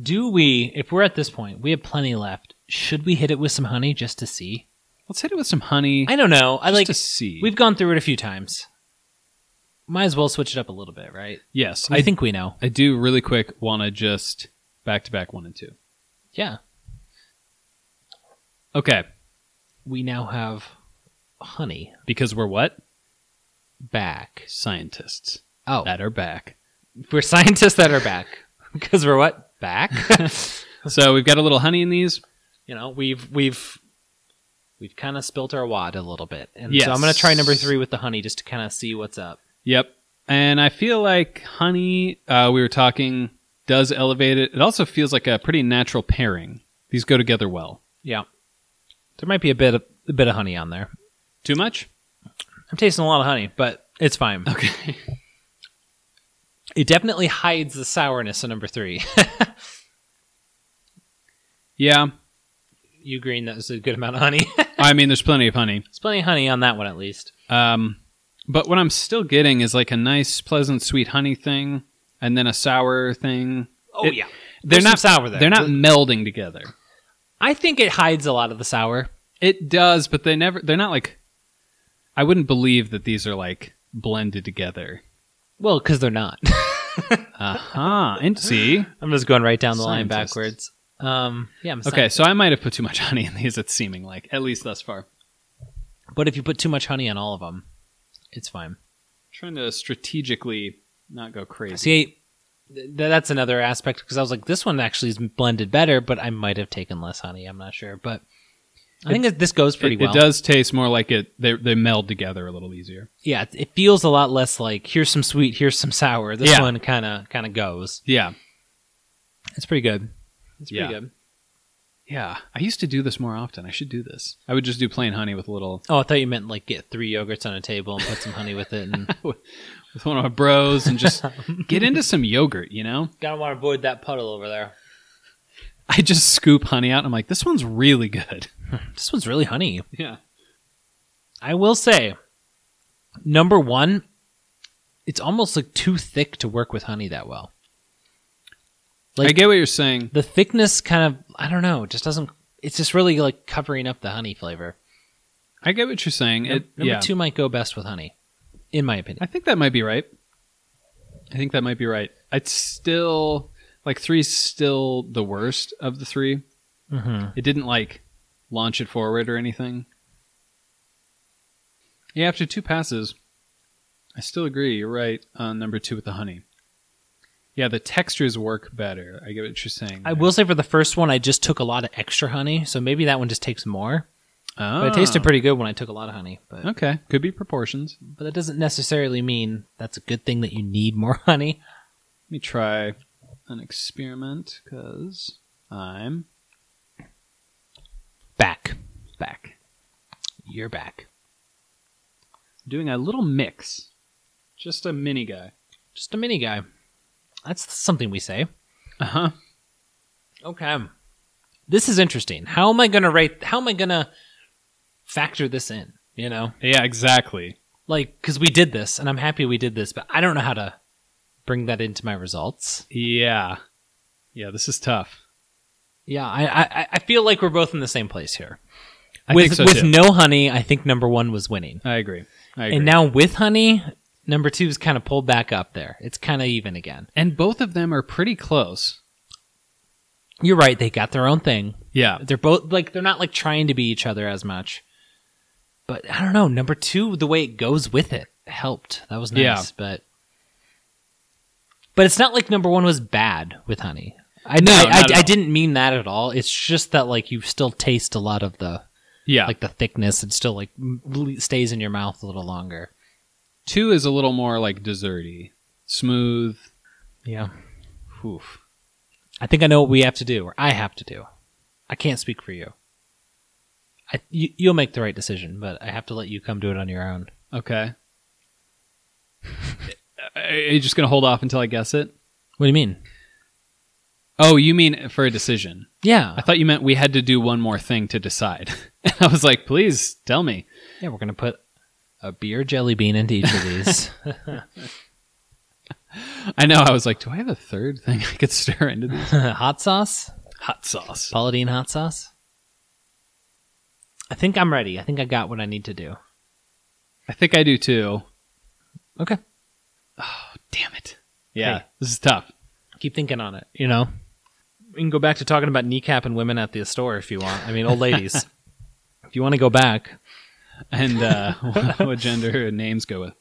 A: Do we, if we're at this point, we have plenty left. Should we hit it with some honey just to see?
B: Let's hit it with some honey.
A: I don't know. I
B: just
A: like.
B: to see.
A: We've gone through it a few times. Might as well switch it up a little bit, right?
B: yes,
A: I
B: I
A: think we know.
B: I do really quick want to just back to back one and two.
A: Yeah.
B: Okay,
A: We now have honey
B: because we're what
A: back.
B: scientists
A: Oh,
B: that are back.
A: we're scientists that are
B: (laughs)
A: back because we're what back?
B: so we've got a little honey in these.
A: you know, we've we've we've kind of spilt our wad a little bit, and
B: Yes.
A: so I'm gonna try number three with the honey just to kind of see what's up.
B: Yep, and I feel like honey. Uh, we were talking does elevate it. It also feels like a pretty natural pairing. These go together well.
A: Yeah, there might be a bit of, a bit of honey on there.
B: Too much?
A: I'm tasting a lot of honey, but it's fine.
B: Okay. (laughs)
A: It definitely hides the sourness of number three.
B: yeah.
A: you green, that was a good amount of honey. (laughs)
B: I mean, there's plenty of honey.
A: There's plenty of honey on that one, at least.
B: Um, but what I'm still getting is like a nice, pleasant, sweet honey thing, and then a sour thing.
A: Oh
B: It-
A: yeah,
B: They're
A: There's
B: not
A: some sour there.
B: They're not melding together.
A: I think it hides a lot of the sour.
B: It does, but they never. They're not like. I wouldn't believe that these are like blended together.
A: Well, because they're not. (laughs) (gasps)
B: Uh huh. and see,
A: I'm just going right down the line
B: Scientist.
A: backwards. Um, yeah, I'm a
B: okay. So I might have put too much honey in these. It's seeming like, at least thus far.
A: But if you put too much honey on all of them, it's fine.
B: trying to strategically not go crazy.
A: See, th- that's another aspect because I was like, this one actually is blended better, but I might have taken less honey. I'm not sure, but I think that this goes pretty
B: it,
A: well.
B: it does taste more like it. They, they meld together a little easier.
A: Yeah, it- it feels a lot less like here's some sweet, here's some sour. This
B: Yeah.
A: one kind of kind of goes.
B: Yeah,
A: It's pretty good. It's pretty
B: Yeah.
A: good.
B: yeah. I used to do this more often. I should do this. I would just do plain honey with a little
A: Oh, I thought you meant like get three yogurts on a table and put some honey with it, and
B: with one of my bros and just get into some yogurt. You know,
A: (laughs) gotta want to avoid that puddle over there.
B: I just scoop honey out. And I'm like, this one's really good.
A: This one's really honey.
B: Yeah,
A: I will say, number one, it's almost like too thick to work with honey that well. Like-
B: I get what you're saying.
A: The thickness kind of I don't know, just doesn't. It's just really like covering up the honey flavor.
B: I get what you're saying. It,
A: number
B: yeah.
A: two might go best with honey, in my opinion.
B: I think that might be right. I think that might be right. It's still like three's still the worst of the three.
A: Mm-hmm.
B: It didn't like launch it forward or anything. Yeah, after two passes, I still agree. You're right on number two with the honey. Yeah, the textures work better. I get what you're saying.
A: I
B: there.
A: will say for the first one, I just took a lot of extra honey, so maybe that one just takes more.
B: Ah,
A: But it tasted pretty good when I took a lot of honey. But,
B: Okay, could be proportions.
A: but that doesn't necessarily mean that's a good thing that you need more (laughs) honey.
B: Let me try an experiment because I'm
A: Back,
B: back.
A: you're back.
B: doing a little mix. Just a mini guy.
A: Just a mini guy. That's something we say.
B: Uh huh.
A: Okay. This is interesting. How am I gonna rate? How am I gonna factor this in? You know,
B: Yeah, exactly.
A: like because we did this, and I'm happy we did this, but I don't know how to bring that into my results.
B: Yeah. Yeah, this is tough.
A: Yeah, I I, I feel like we're both in the same place here.
B: I
A: with
B: think so,
A: with
B: too.
A: no honey, I think number one was winning,
B: I agree. I
A: and
B: agree. And,
A: now with honey, number two's kind of pulled back up there. It's kind of even again.
B: both of them are pretty close.
A: You're right; they got their own thing.
B: Yeah.
A: They're both like they're not like trying to be each other as much. But I don't know. Number two, the way it goes with it helped. That was nice,
B: Yeah.
A: but but it's not like number one was bad with honey. I
B: No,
A: I,
B: not
A: I,
B: at
A: I
B: all.
A: didn't mean that at all. It's just that like you still taste a lot of the
B: Yeah. Like
A: like the thickness it still like m- le- stays in your mouth a little longer
B: two is a little more like desserty. Smooth.
A: yeah
B: Oof.
A: i think i know what we have to do or i have to do i can't speak for you I, you you'll make the right decision but i have to let you come do it on your own
B: (laughs) Okay. Are you just gonna hold off until I guess it?
A: what do you mean
B: Oh, you mean for a decision?
A: yeah
B: I thought you meant we had to do one more thing to decide. (laughs) and I was like, please tell me.
A: yeah we're gonna put a beer jelly bean into each of (laughs) these
B: I know. I was like, do I have a third thing I could stir into this? (laughs)
A: hot sauce
B: Hot sauce.
A: paladine hot sauce i think i'm ready i think i got what i need to do
B: I think I do too.
A: okay
B: Damn it. Yeah,
A: Hey.
B: this is tough.
A: keep thinking on it you know we can go back to talking about kneecap and women at the store if you want i mean old (laughs) ladies if you want to go back
B: And uh, (laughs) what, what gender and names go with?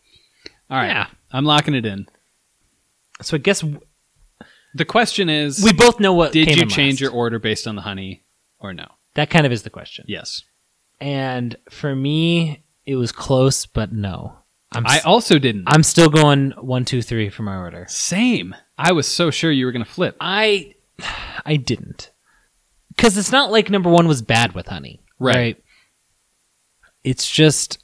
B: All right,
A: Yeah.
B: I'm locking it in.
A: so i guess w-
B: The question is,
A: we both know what
B: did
A: came
B: you
A: in
B: change
A: last.
B: your order based on the honey or no?
A: that kind of is the question
B: Yes.
A: and for me it was close but no i'm
B: I
A: s-
B: also didn't.
A: i'm still going one two three for my order
B: Same. I was so sure you were going to flip.
A: i i didn't because it's not like number one was bad with honey
B: Right.
A: it's just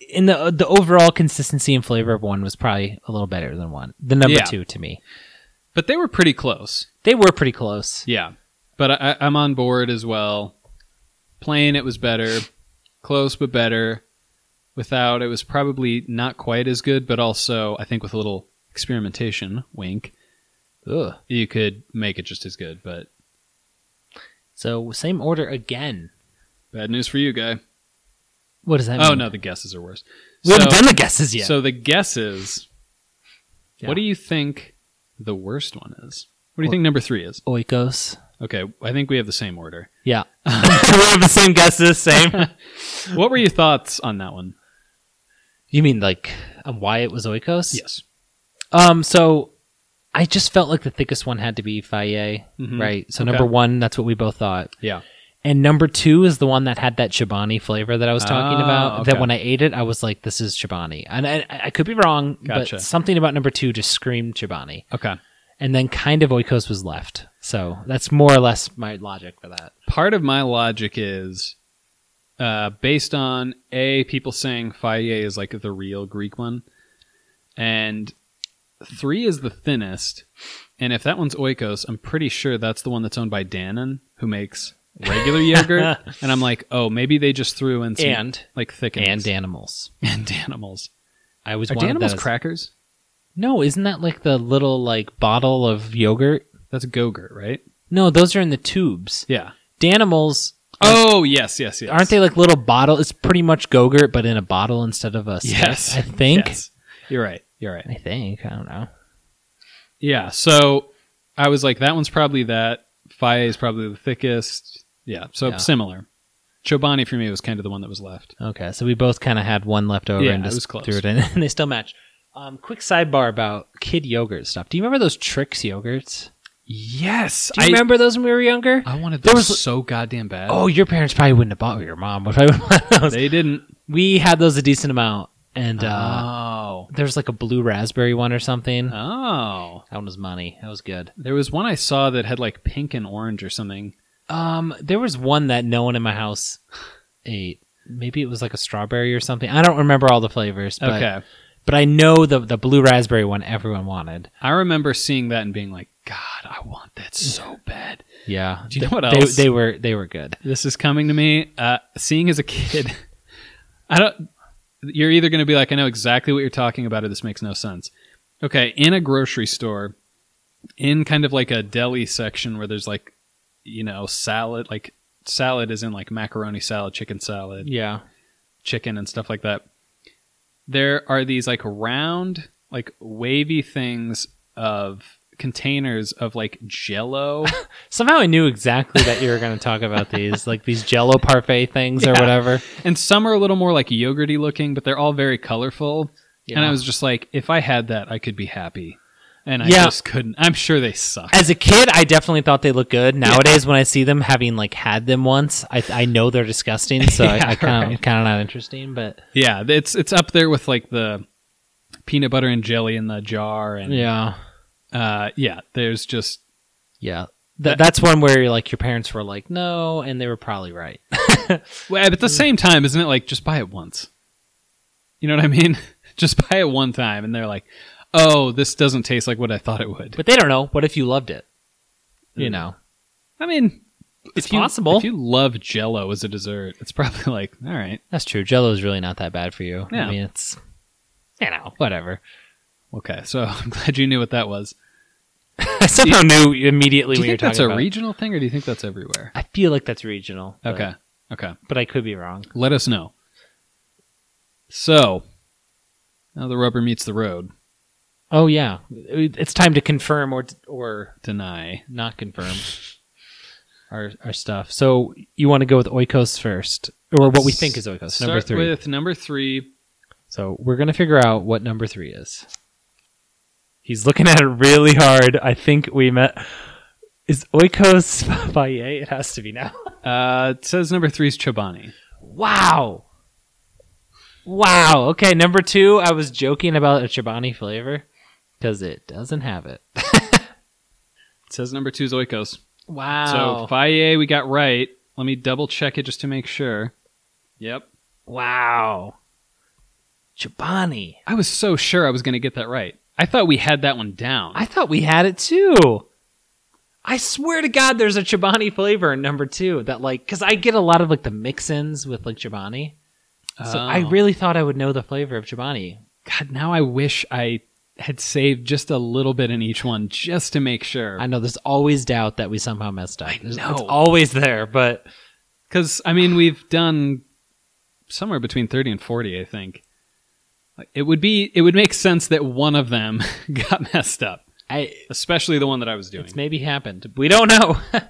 A: in the the overall consistency and flavor of one was probably a little better than one the number
B: Yeah.
A: two to me
B: But they were pretty close.
A: They were pretty close.
B: Yeah. But I, I- I'm on board as well. Plain, it was better. Close, but better. Without, it was probably not quite as good, but also, I think with a little experimentation, wink,
A: Ugh.
B: you could make it just as good. But
A: So same order again.
B: bad news for you, guy.
A: What does that mean?
B: Oh, no, the guesses are worse.
A: We haven't done the guesses yet.
B: so the guesses.
A: Yeah.
B: What do you think the worst one is? What do you think number three is? (laughs)
A: Oikos.
B: Okay, I think we have the same order.
A: Yeah. we have the same guesses, same.
B: What were your thoughts on that one?
A: you mean like um, why it was Oikos?
B: Yes.
A: Um, so I just felt like the thickest one had to be Faye,
B: Mhm.
A: right? So
B: Okay.
A: number one, that's what we both thought.
B: Yeah.
A: And number two is the one that had that Chobani flavor that I was talking
B: Ah,
A: about. That
B: okay.
A: when I ate it, I was like, "This is Chobani," and I, I could be wrong,
B: Gotcha.
A: but something about number two just screamed Chobani.
B: Okay.
A: And then kind of Oikos was left, so that's more or less my logic for that.
B: Part of my logic is uh, based on A, people saying Faye is like the real Greek one, and three is the thinnest. And if that one's Oikos, I'm pretty sure that's the one that's owned by Dannon, who makes
A: (laughs)
B: regular yogurt. And I'm like, oh, maybe they just threw in some
A: And
B: like
A: and
B: thickenings
A: animals.
B: (laughs) and animals.
A: I was
B: Are
A: wanted
B: Danimals
A: that as-
B: crackers?
A: No, isn't that like the little like bottle of yogurt?
B: That's Gogurt, right?
A: No, those are in the tubes.
B: Yeah.
A: Danimals
B: Oh yes, yes, yes.
A: aren't they like little bottle? It's pretty much Gogurt, but in a bottle instead of a stick.
B: Yes,
A: I think.
B: Yes. You're right. You're right.
A: I think I don't know.
B: Yeah. So I was like, that one's probably that. Faye is probably the thickest. Yeah. So
A: Yeah.
B: similar. Chobani for me was kind of the one that was left.
A: Okay, so we both kind of had one left over
B: Yeah,
A: and
B: it
A: just
B: was close.
A: threw it in, (laughs) and they still match. Um, quick sidebar about kid yogurt stuff. Do you remember those Trix yogurts?
B: Yes.
A: Do you remember those when we were younger?
B: I wanted
A: There
B: those
A: was-
B: so goddamn bad.
A: Uh, Oh, your parents probably wouldn't have bought or your mom, but probably (laughs) would have bought those.
B: they didn't.
A: we had those a decent amount, and uh,
B: oh.
A: there's like a blue raspberry one or something.
B: Oh.
A: That one was money. That was good.
B: There was one I saw that had like pink and orange or something.
A: Um, there was one that no one in my house ate. Maybe it was like a strawberry or something. I don't remember all the flavors, but
B: Okay.
A: but I know the the blue raspberry one everyone wanted.
B: I remember seeing that and being like, God, I want that so bad.
A: Yeah.
B: Do you know what
A: They,
B: else?
A: they were they were good.
B: this is coming to me uh, seeing as a kid (laughs) i don't you're either going to be like i know exactly what you're talking about or this makes no sense okay in a grocery store in kind of like a deli section where there's like you know salad like salad is in like macaroni salad chicken salad
A: Yeah.
B: chicken and stuff like that there are these like round like wavy things of containers of like jello
A: Somehow I knew exactly that you were going to talk about (laughs) these, like these Jello parfait things or
B: Yeah.
A: whatever.
B: and some are a little more like yogurty looking but they're all very colorful
A: Yeah.
B: And I was just like, if I had that, I could be happy. And I
A: Yeah.
B: just couldn't. I'm sure they suck.
A: as a kid, I definitely thought they looked good. Nowadays, when I see them, having like had them once, I, I know they're disgusting, (laughs) so
B: Yeah,
A: I, I kind of
B: right.
A: kind of not interesting. But
B: yeah, it's it's up there with like the peanut butter and jelly in the jar and
A: yeah,
B: uh yeah, there's just
A: yeah, Th- that's one where like your parents were like, no, and they were probably right.
B: well, but at the same time, isn't it like just buy it once? You know what I mean? (laughs) just buy it one time and they're like, "Oh, this doesn't taste like what I thought it would."
A: But they don't know. What if you loved it? You
B: Mm.
A: know,
B: I mean,
A: It's
B: if you-
A: possible.
B: If you love jello as a dessert, it's probably like, "All right,
A: that's true. Jello is really not that bad for you.
B: Yeah.
A: I mean, it's you know whatever.
B: okay." So, (laughs) I'm glad you knew what that was.
A: (laughs) I somehow knew immediately
B: Do you
A: what you're
B: think
A: talking
B: that's a
A: about.
B: regional thing or do you think that's everywhere?
A: I feel like that's regional. but-
B: Okay. Okay.
A: but I could be wrong.
B: Let us know. So, now the rubber meets the road.
A: Oh yeah, it's time to confirm or or
B: Deny.
A: not (sighs) confirm our our stuff. So you want to go with Oikos first, or what we think is Oikos number
B: Start
A: three.
B: with number three.
A: so we're gonna figure out what number three is. He's looking at it really hard. I think we met. Is Oikos (laughs) Faye? It has to be now. (laughs)
B: Uh, it says number three is Chobani.
A: Wow. Wow. Okay, number two. I was joking about a Chobani flavor because it doesn't have it.
B: It says number two is Oikos.
A: Wow.
B: So, Faye, we got right. Let me double check it just to make sure. Yep.
A: Wow. Chobani.
B: I was so sure I was going to get that right. I thought we had that one down.
A: I thought we had it too. I swear to God, there's a Chobani flavor in number two that, like, because I get a lot of, like, the mix ins with, like, Chobani. So I
B: Oh.
A: really thought I would know the flavor of Chobani.
B: God, now I wish I had saved just a little bit in each one just to make sure.
A: I know there's always doubt that we somehow messed up.
B: I
A: There's-
B: know.
A: It's always there, but
B: Because I mean, we've done somewhere between thirty and forty, I think. Like, It would be it would make sense that one of them (laughs) got messed up,
A: I,
B: especially the one that I was doing.
A: It's maybe happened. We don't know. (laughs)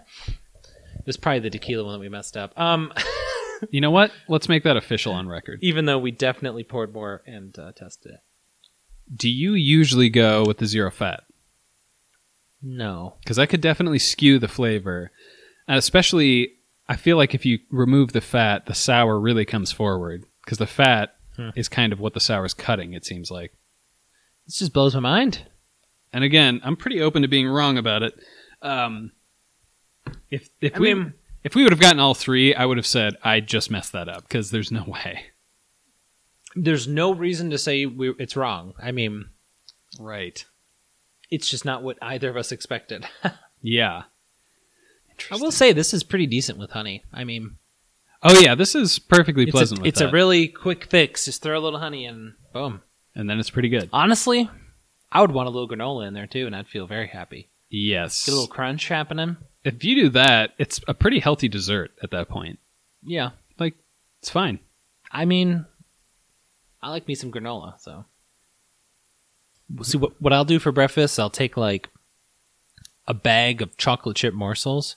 A: It's probably the tequila one that we messed up. Um, (laughs)
B: You know what? Let's make that official on record.
A: even though we definitely poured more and uh, tested it.
B: do you usually go with the zero fat?
A: No.
B: Because that could definitely skew the flavor, and especially I feel like if you remove the fat, the sour really comes forward because the fat
A: Hmm.
B: is kind of what the sour is cutting. It seems like.
A: This just blows my mind.
B: And again, I'm pretty open to being wrong about it. Um, if if
A: I
B: we
A: mean-
B: if we would have gotten all three, I would have said I just messed that up because there's no way.
A: There's no reason to say we, it's wrong. I mean,
B: Right.
A: it's just not what either of us expected.
B: Yeah.
A: (laughs) I will say this is pretty decent with honey. I mean,
B: Oh yeah, this is perfectly
A: it's,
B: pleasant
A: a,
B: with
A: it's a
B: that.
A: really quick fix. Just throw a little honey and boom.
B: and then it's pretty good.
A: Honestly, I would want a little granola in there too, and I'd feel very happy.
B: Yes.
A: Get a little crunch happening.
B: If you do that, it's a pretty healthy dessert at that point.
A: Yeah.
B: It's fine.
A: I mean, I like me some granola, so. See, what, what I'll do for breakfast, I'll take like a bag of chocolate chip morsels,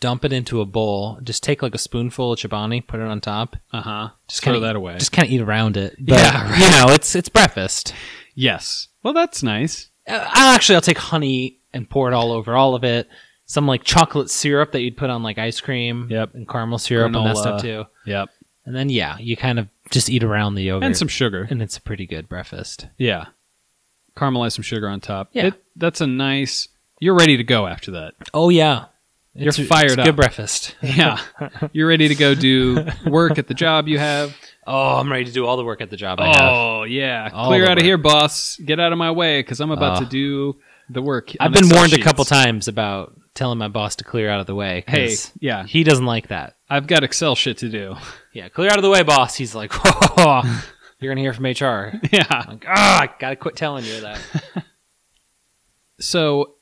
A: dump it into a bowl, just take like a spoonful of Chobani, put it on top,
B: Uh huh. Just
A: kinda
B: throw that away.
A: just kind of eat around it. But,
B: Yeah, right.
A: You know, it's, it's breakfast.
B: yes. Well, that's nice.
A: Uh, I'll actually, I'll take honey and pour it all over all of it. Some like chocolate syrup that you'd put on like ice cream
B: Yep.
A: and caramel syrup and that
B: Granola.
A: stuff too.
B: Yep.
A: And then, yeah, you kind of just eat around the yogurt.
B: And some sugar.
A: and it's a pretty good breakfast.
B: Yeah. Caramelize some sugar on top.
A: Yeah.
B: It, that's a nice. You're ready to go
A: (laughs)
B: after that.
A: Oh yeah, it's,
B: You're fired
A: it's
B: up.
A: Good breakfast.
B: Yeah. you're ready to go do work at the job you have.
A: Oh, I'm ready to do all the work at the job. (laughs) I have.
B: Oh, yeah.
A: All
B: Clear
A: the
B: out
A: work.
B: of here, boss. Get out of my way because I'm about
A: Uh,
B: to do the work.
A: I've
B: on
A: been
B: Excel
A: warned a
B: sheets.
A: couple times about telling my boss to clear out of the way. 'cause
B: Hey, yeah.
A: he doesn't like that.
B: I've got Excel shit to do. (laughs)
A: Yeah, clear out of the way, boss. He's like, (laughs) "Whoa, you're gonna hear from HR.
B: yeah.
A: I'm like, ah, I gotta quit telling you that.
B: So,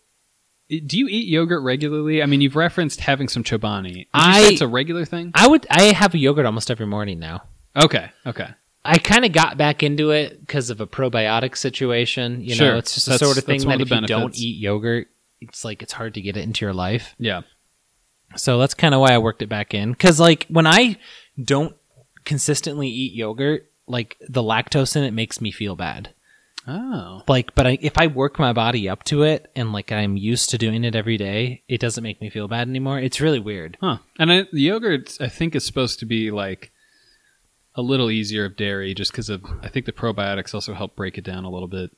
B: i- do you eat yogurt regularly? I mean, you've referenced having some chobani. Would you
A: I-
B: say it's a regular thing.
A: I would. I have a yogurt almost every morning now.
B: Okay, okay,
A: I kind of got back into it because of a probiotic situation. You
B: Sure.
A: know, it's just the
B: That's-
A: sort of thing
B: that's one
A: that
B: of
A: if
B: the
A: you don't
B: benefits.
A: eat yogurt, it's like it's hard to get it into your life.
B: yeah,
A: So that's kind of why I worked it back in. Cause like when I don't consistently eat yogurt, like the lactose in it makes me feel bad.
B: oh,
A: Like, but I, if I work my body up to it and like I'm used to doing it every day, it doesn't make me feel bad anymore. It's really weird.
B: huh. And I, the yogurt, I think, is supposed to be like a little easier of dairy, just because of. I think the probiotics also help break it down a little bit.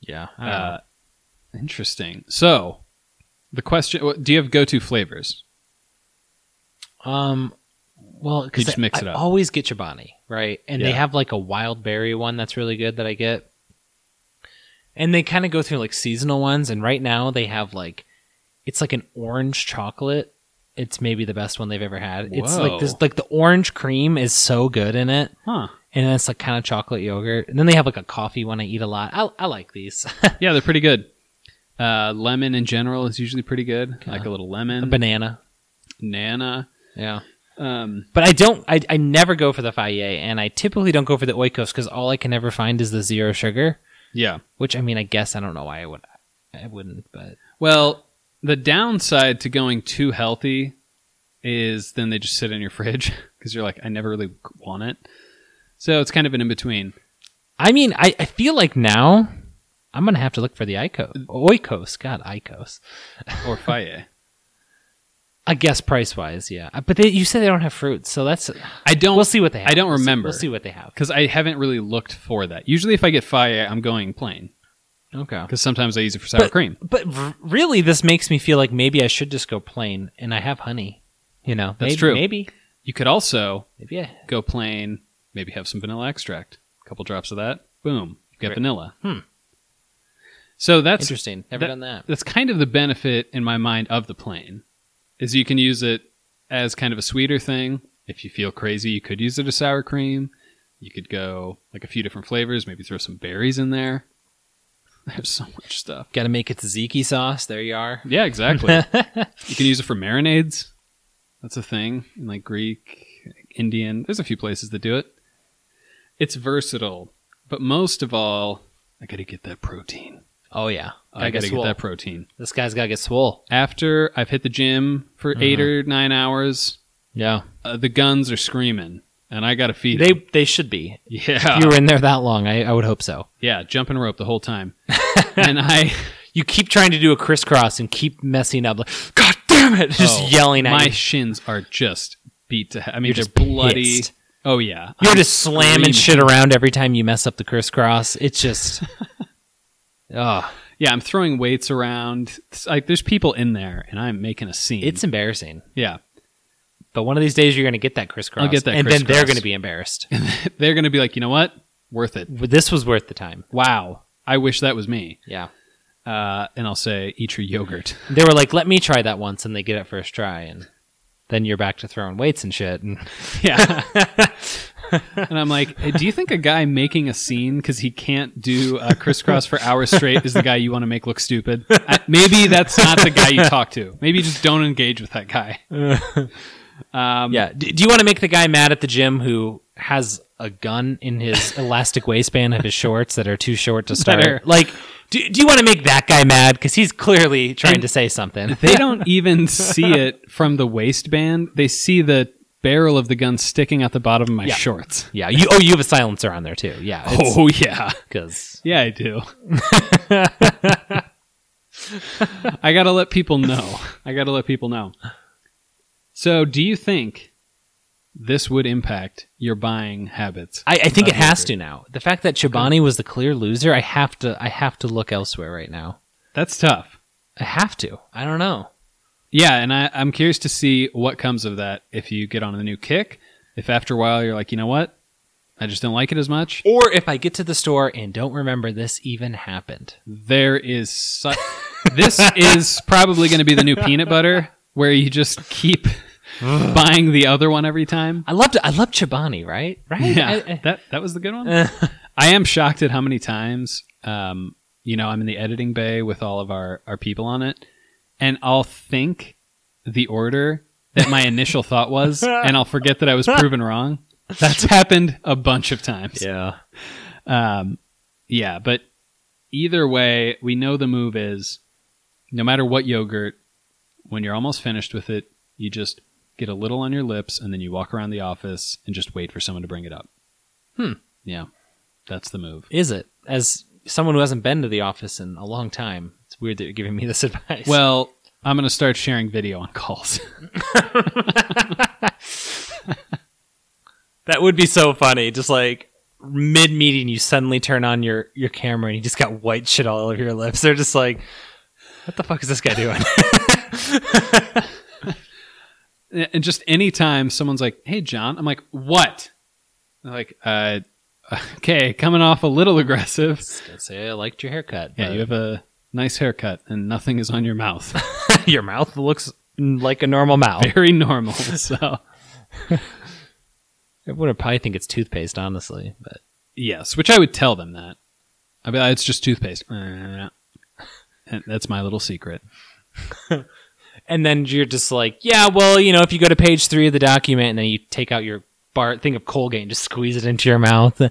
A: Yeah.
B: Uh, interesting. So, the question: what- Do you have go-to flavors?
A: um, well, cause
B: You just
A: I,
B: mix
A: I
B: it up.
A: always get Chobani, right? And they
B: Yeah.
A: have like a wild berry one that's really good that I get. And they kind of go through like seasonal ones. And right now they have like it's like an orange chocolate. It's maybe the best one they've ever had. It's like this
B: Whoa.
A: like the orange cream is so good in it.
B: Huh?
A: And it's like kind of chocolate yogurt. And then they have like a coffee one I eat a lot. I, I like these. (laughs)
B: yeah, they're pretty good. Uh, lemon in general is usually pretty good. Like a little
A: a
B: lemon,
A: banana.
B: banana.
A: Yeah.
B: Um,
A: But I don't I, I never go for the Faye and I typically don't go for the Oikos cuz all I can ever find is the zero sugar,
B: yeah.
A: which I mean I guess I don't know why I would I wouldn't, but
B: Well, the downside to going too healthy is then they just sit in your (laughs) fridge because you're like, I never really want it. So it's kind of an in between.
A: I mean, I, I feel like now I'm gonna have to look for the Icos. Oikos, God, Icos. (laughs)
B: Or faye.
A: I guess price wise, yeah. Uh, But they, you said they don't have fruits, so that's
B: I don't.
A: we'll see what they have.
B: I don't
A: We'll see-
B: remember.
A: We'll see what they have.
B: because I haven't really looked for that. Usually, if I get faye, I'm going plain
A: Okay.
B: because sometimes I use it for sour cream.
A: But r- really, this makes me feel like maybe I should just go plain, and I have honey. You know,
B: That's
A: maybe,
B: true.
A: Maybe,
B: You could also
A: maybe, I,
B: go plain, maybe have some vanilla extract, a couple drops of that. Boom, you've got
A: Right.
B: vanilla.
A: Hmm.
B: So that's
A: interesting. Never
B: that-
A: done that.
B: that's kind of the benefit in my mind of the plane is you can use it as kind of a sweeter thing if you feel crazy you could use it as sour cream you could go like a few different flavors maybe throw some berries in there (laughs) there's so much stuff
A: Got to make it tzatziki sauce. There you are.
B: yeah exactly you can use it for marinades that's a thing in like greek indian there's a few places that do it it's versatile but most of all i gotta get that protein
A: Oh yeah,
B: i gotta get
A: swole.
B: that protein
A: This guy's gotta get swole.
B: after I've hit the gym for eight
A: Mhm.
B: or nine hours,
A: Yeah,
B: uh, the guns are screaming. and I got to feed
A: They
B: him.
A: they should be.
B: (laughs) Yeah,
A: If you were in there that long, I, I would hope so.
B: yeah, jumping rope the whole
A: (laughs)
B: time, and I
A: You keep trying to do a crisscross and keep messing up. Like, God damn it! (laughs) (laughs) Just
B: oh,
A: yelling at
B: My
A: you.
B: shins are just beat to. He- I mean,
A: You're
B: they're
A: just
B: bloody.
A: pissed.
B: Oh yeah,
A: You're
B: I'm
A: just slamming
B: screaming.
A: shit around every time you mess up the crisscross. It's (laughs) just. Ugh.
B: yeah. I'm throwing weights around. It's like there's people in there, and I'm making a scene.
A: It's embarrassing.
B: yeah. (laughs)
A: But one of these days you're going to get that crisscross.
B: I'll get that
A: And then
B: crisscross.
A: they're going to be embarrassed. (laughs)
B: They're gonna be like, you know what? Worth it.
A: this was worth the time.
B: Wow. I wish that was me.
A: Yeah.
B: Uh, and I'll say, eat your yogurt.
A: They were like, let me try that once. And they get it first try. And then you're back to throwing weights and shit. And
B: yeah. (laughs) and I'm like, hey, do you think a guy making a scene because he can't do uh, crisscross for hours straight is the guy you want to make look stupid? I, maybe that's not the guy you talk to. Maybe you just don't engage with that guy. Um,
A: yeah. D- do you want to make the guy mad at the gym who has a gun in
B: (laughs)
A: his elastic waistband of his shorts that are too short to start?
B: are-
A: Like, do, do you want to make that guy mad? Because he's clearly trying to say something.
B: They don't even see it from the waistband. They see the barrel of the gun sticking out the bottom of my
A: Yeah.
B: shorts.
A: Yeah. You. Oh, you have a silencer on there too. Yeah.
B: Oh, yeah.
A: Because
B: Yeah, I do. (laughs) I got to let people know. I got to let people know. So, do you think this would impact your buying habits?
A: I, I think
B: Uh,
A: it has to now. The fact that Chobani was the clear loser, I have to. I have to look elsewhere right now.
B: That's tough.
A: I have to. I don't know.
B: Yeah, and I, I'm curious to see what comes of that if you get on the new kick. If after a while you're like, you know what? I just don't like it as much.
A: Or if I get to the store and don't remember this even happened.
B: There is su- (laughs) this is probably going to be the new peanut butter where you just keep (laughs) buying the other one every time.
A: I loved. I loved Chobani. Right. Right.
B: Yeah,
A: I- Uh. I-
B: that that was the good one. (laughs) I am shocked at how many times, um, you know, I'm in the editing bay with all of our our people on it, and I'll think the order that my initial thought was, and I'll forget that I was proven wrong. That's happened a bunch of times.
A: yeah.
B: Um, yeah, but either way, we know the move is no matter what yogurt, when you're almost finished with it, you just get a little on your lips and then you walk around the office and just wait for someone to bring it up.
A: Hmm.
B: Yeah, that's the move.
A: Is it as someone who hasn't been to the office in a long time? It's weird that you're giving me this (laughs) advice.
B: Well, I'm going to start sharing video on calls.
A: that would be so funny. Just like mid meeting, you suddenly turn on your your camera and you just got white shit all over your lips. They're just like, what the fuck is this guy (laughs) doing?
B: and just anytime someone's like, "Hey, John," I'm like, "What?" They're like, uh, (laughs) "Okay, coming off a little aggressive."
A: Gonna say I liked your haircut.
B: Yeah, you have a nice haircut and nothing is on your mouth. (laughs)
A: but (laughs) your mouth looks like a normal mouth.
B: very normal. So
A: Everyone would probably think it's toothpaste, honestly. But
B: yes, which I would tell them that. I'd be like, it's just toothpaste. (laughs) And that's my little secret.
A: and then you're just like, yeah, well, you know, if you go to page three of the document and then you take out your bar thing of Colgate and just squeeze it into your mouth, uh,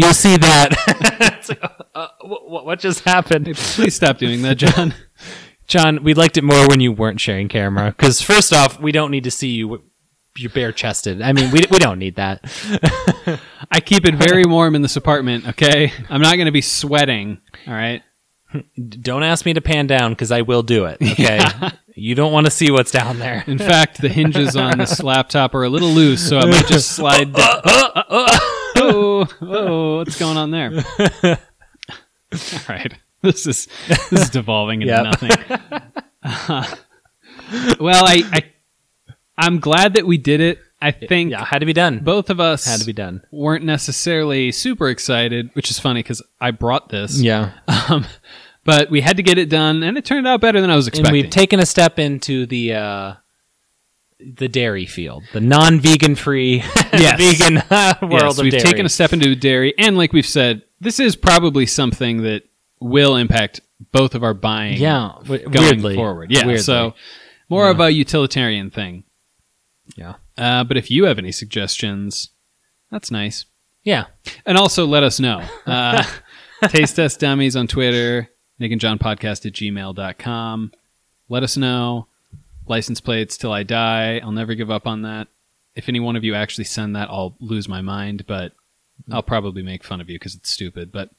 A: you'll see that. (laughs) It's like, uh, what, what just happened,
B: Please stop doing that, John. (laughs)
A: John? We liked it more when you weren't sharing camera because first off, we don't need to see you. w- You're bare chested. I mean, we, we don't need that.
B: I keep it very warm in this apartment. Okay, I'm not going to be sweating. All right.
A: D- Don't ask me to pan down because I will do it. Okay. You don't want to see what's down there.
B: In fact, the hinges on
A: (laughs)
B: this laptop are a little loose, so I might just slide. Down.
A: Uh,
B: oh, oh, what's going
A: (laughs)
B: on there? All right, this is this is devolving into
A: Yep.
B: nothing. Uh, well, I, I I'm glad that we did it. I think
A: Yeah, had to be done.
B: both of us
A: had to be done.
B: weren't necessarily super excited, which is funny because I brought this.
A: Yeah.
B: Um, but we had to get it done, and it turned out better than I was
A: and
B: expecting.
A: we've taken a step into the uh, the dairy field, the non-vegan (laughs) free,
B: Yes.
A: vegan uh, world
B: Yes,
A: of
B: we've
A: dairy.
B: taken a step into dairy, and like we've said, this is probably something that will impact both of our buying.
A: yeah, w-
B: going
A: weirdly
B: forward. Yeah,
A: weirdly.
B: so more of a utilitarian thing.
A: Yeah.
B: Uh, but if you have any suggestions, that's nice,
A: yeah,
B: and also let us know. Uh, Taste test dummies on Twitter, Nick and John podcast at gmail.com. Let us know. License plates till I die. I'll never give up on that. if any one of you actually send that, I'll lose my mind, but I'll probably make fun of (laughs) you because it's stupid. But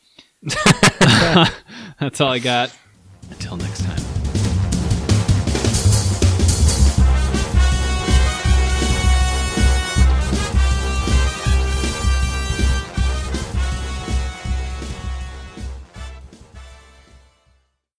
B: that's all I got. Until next time.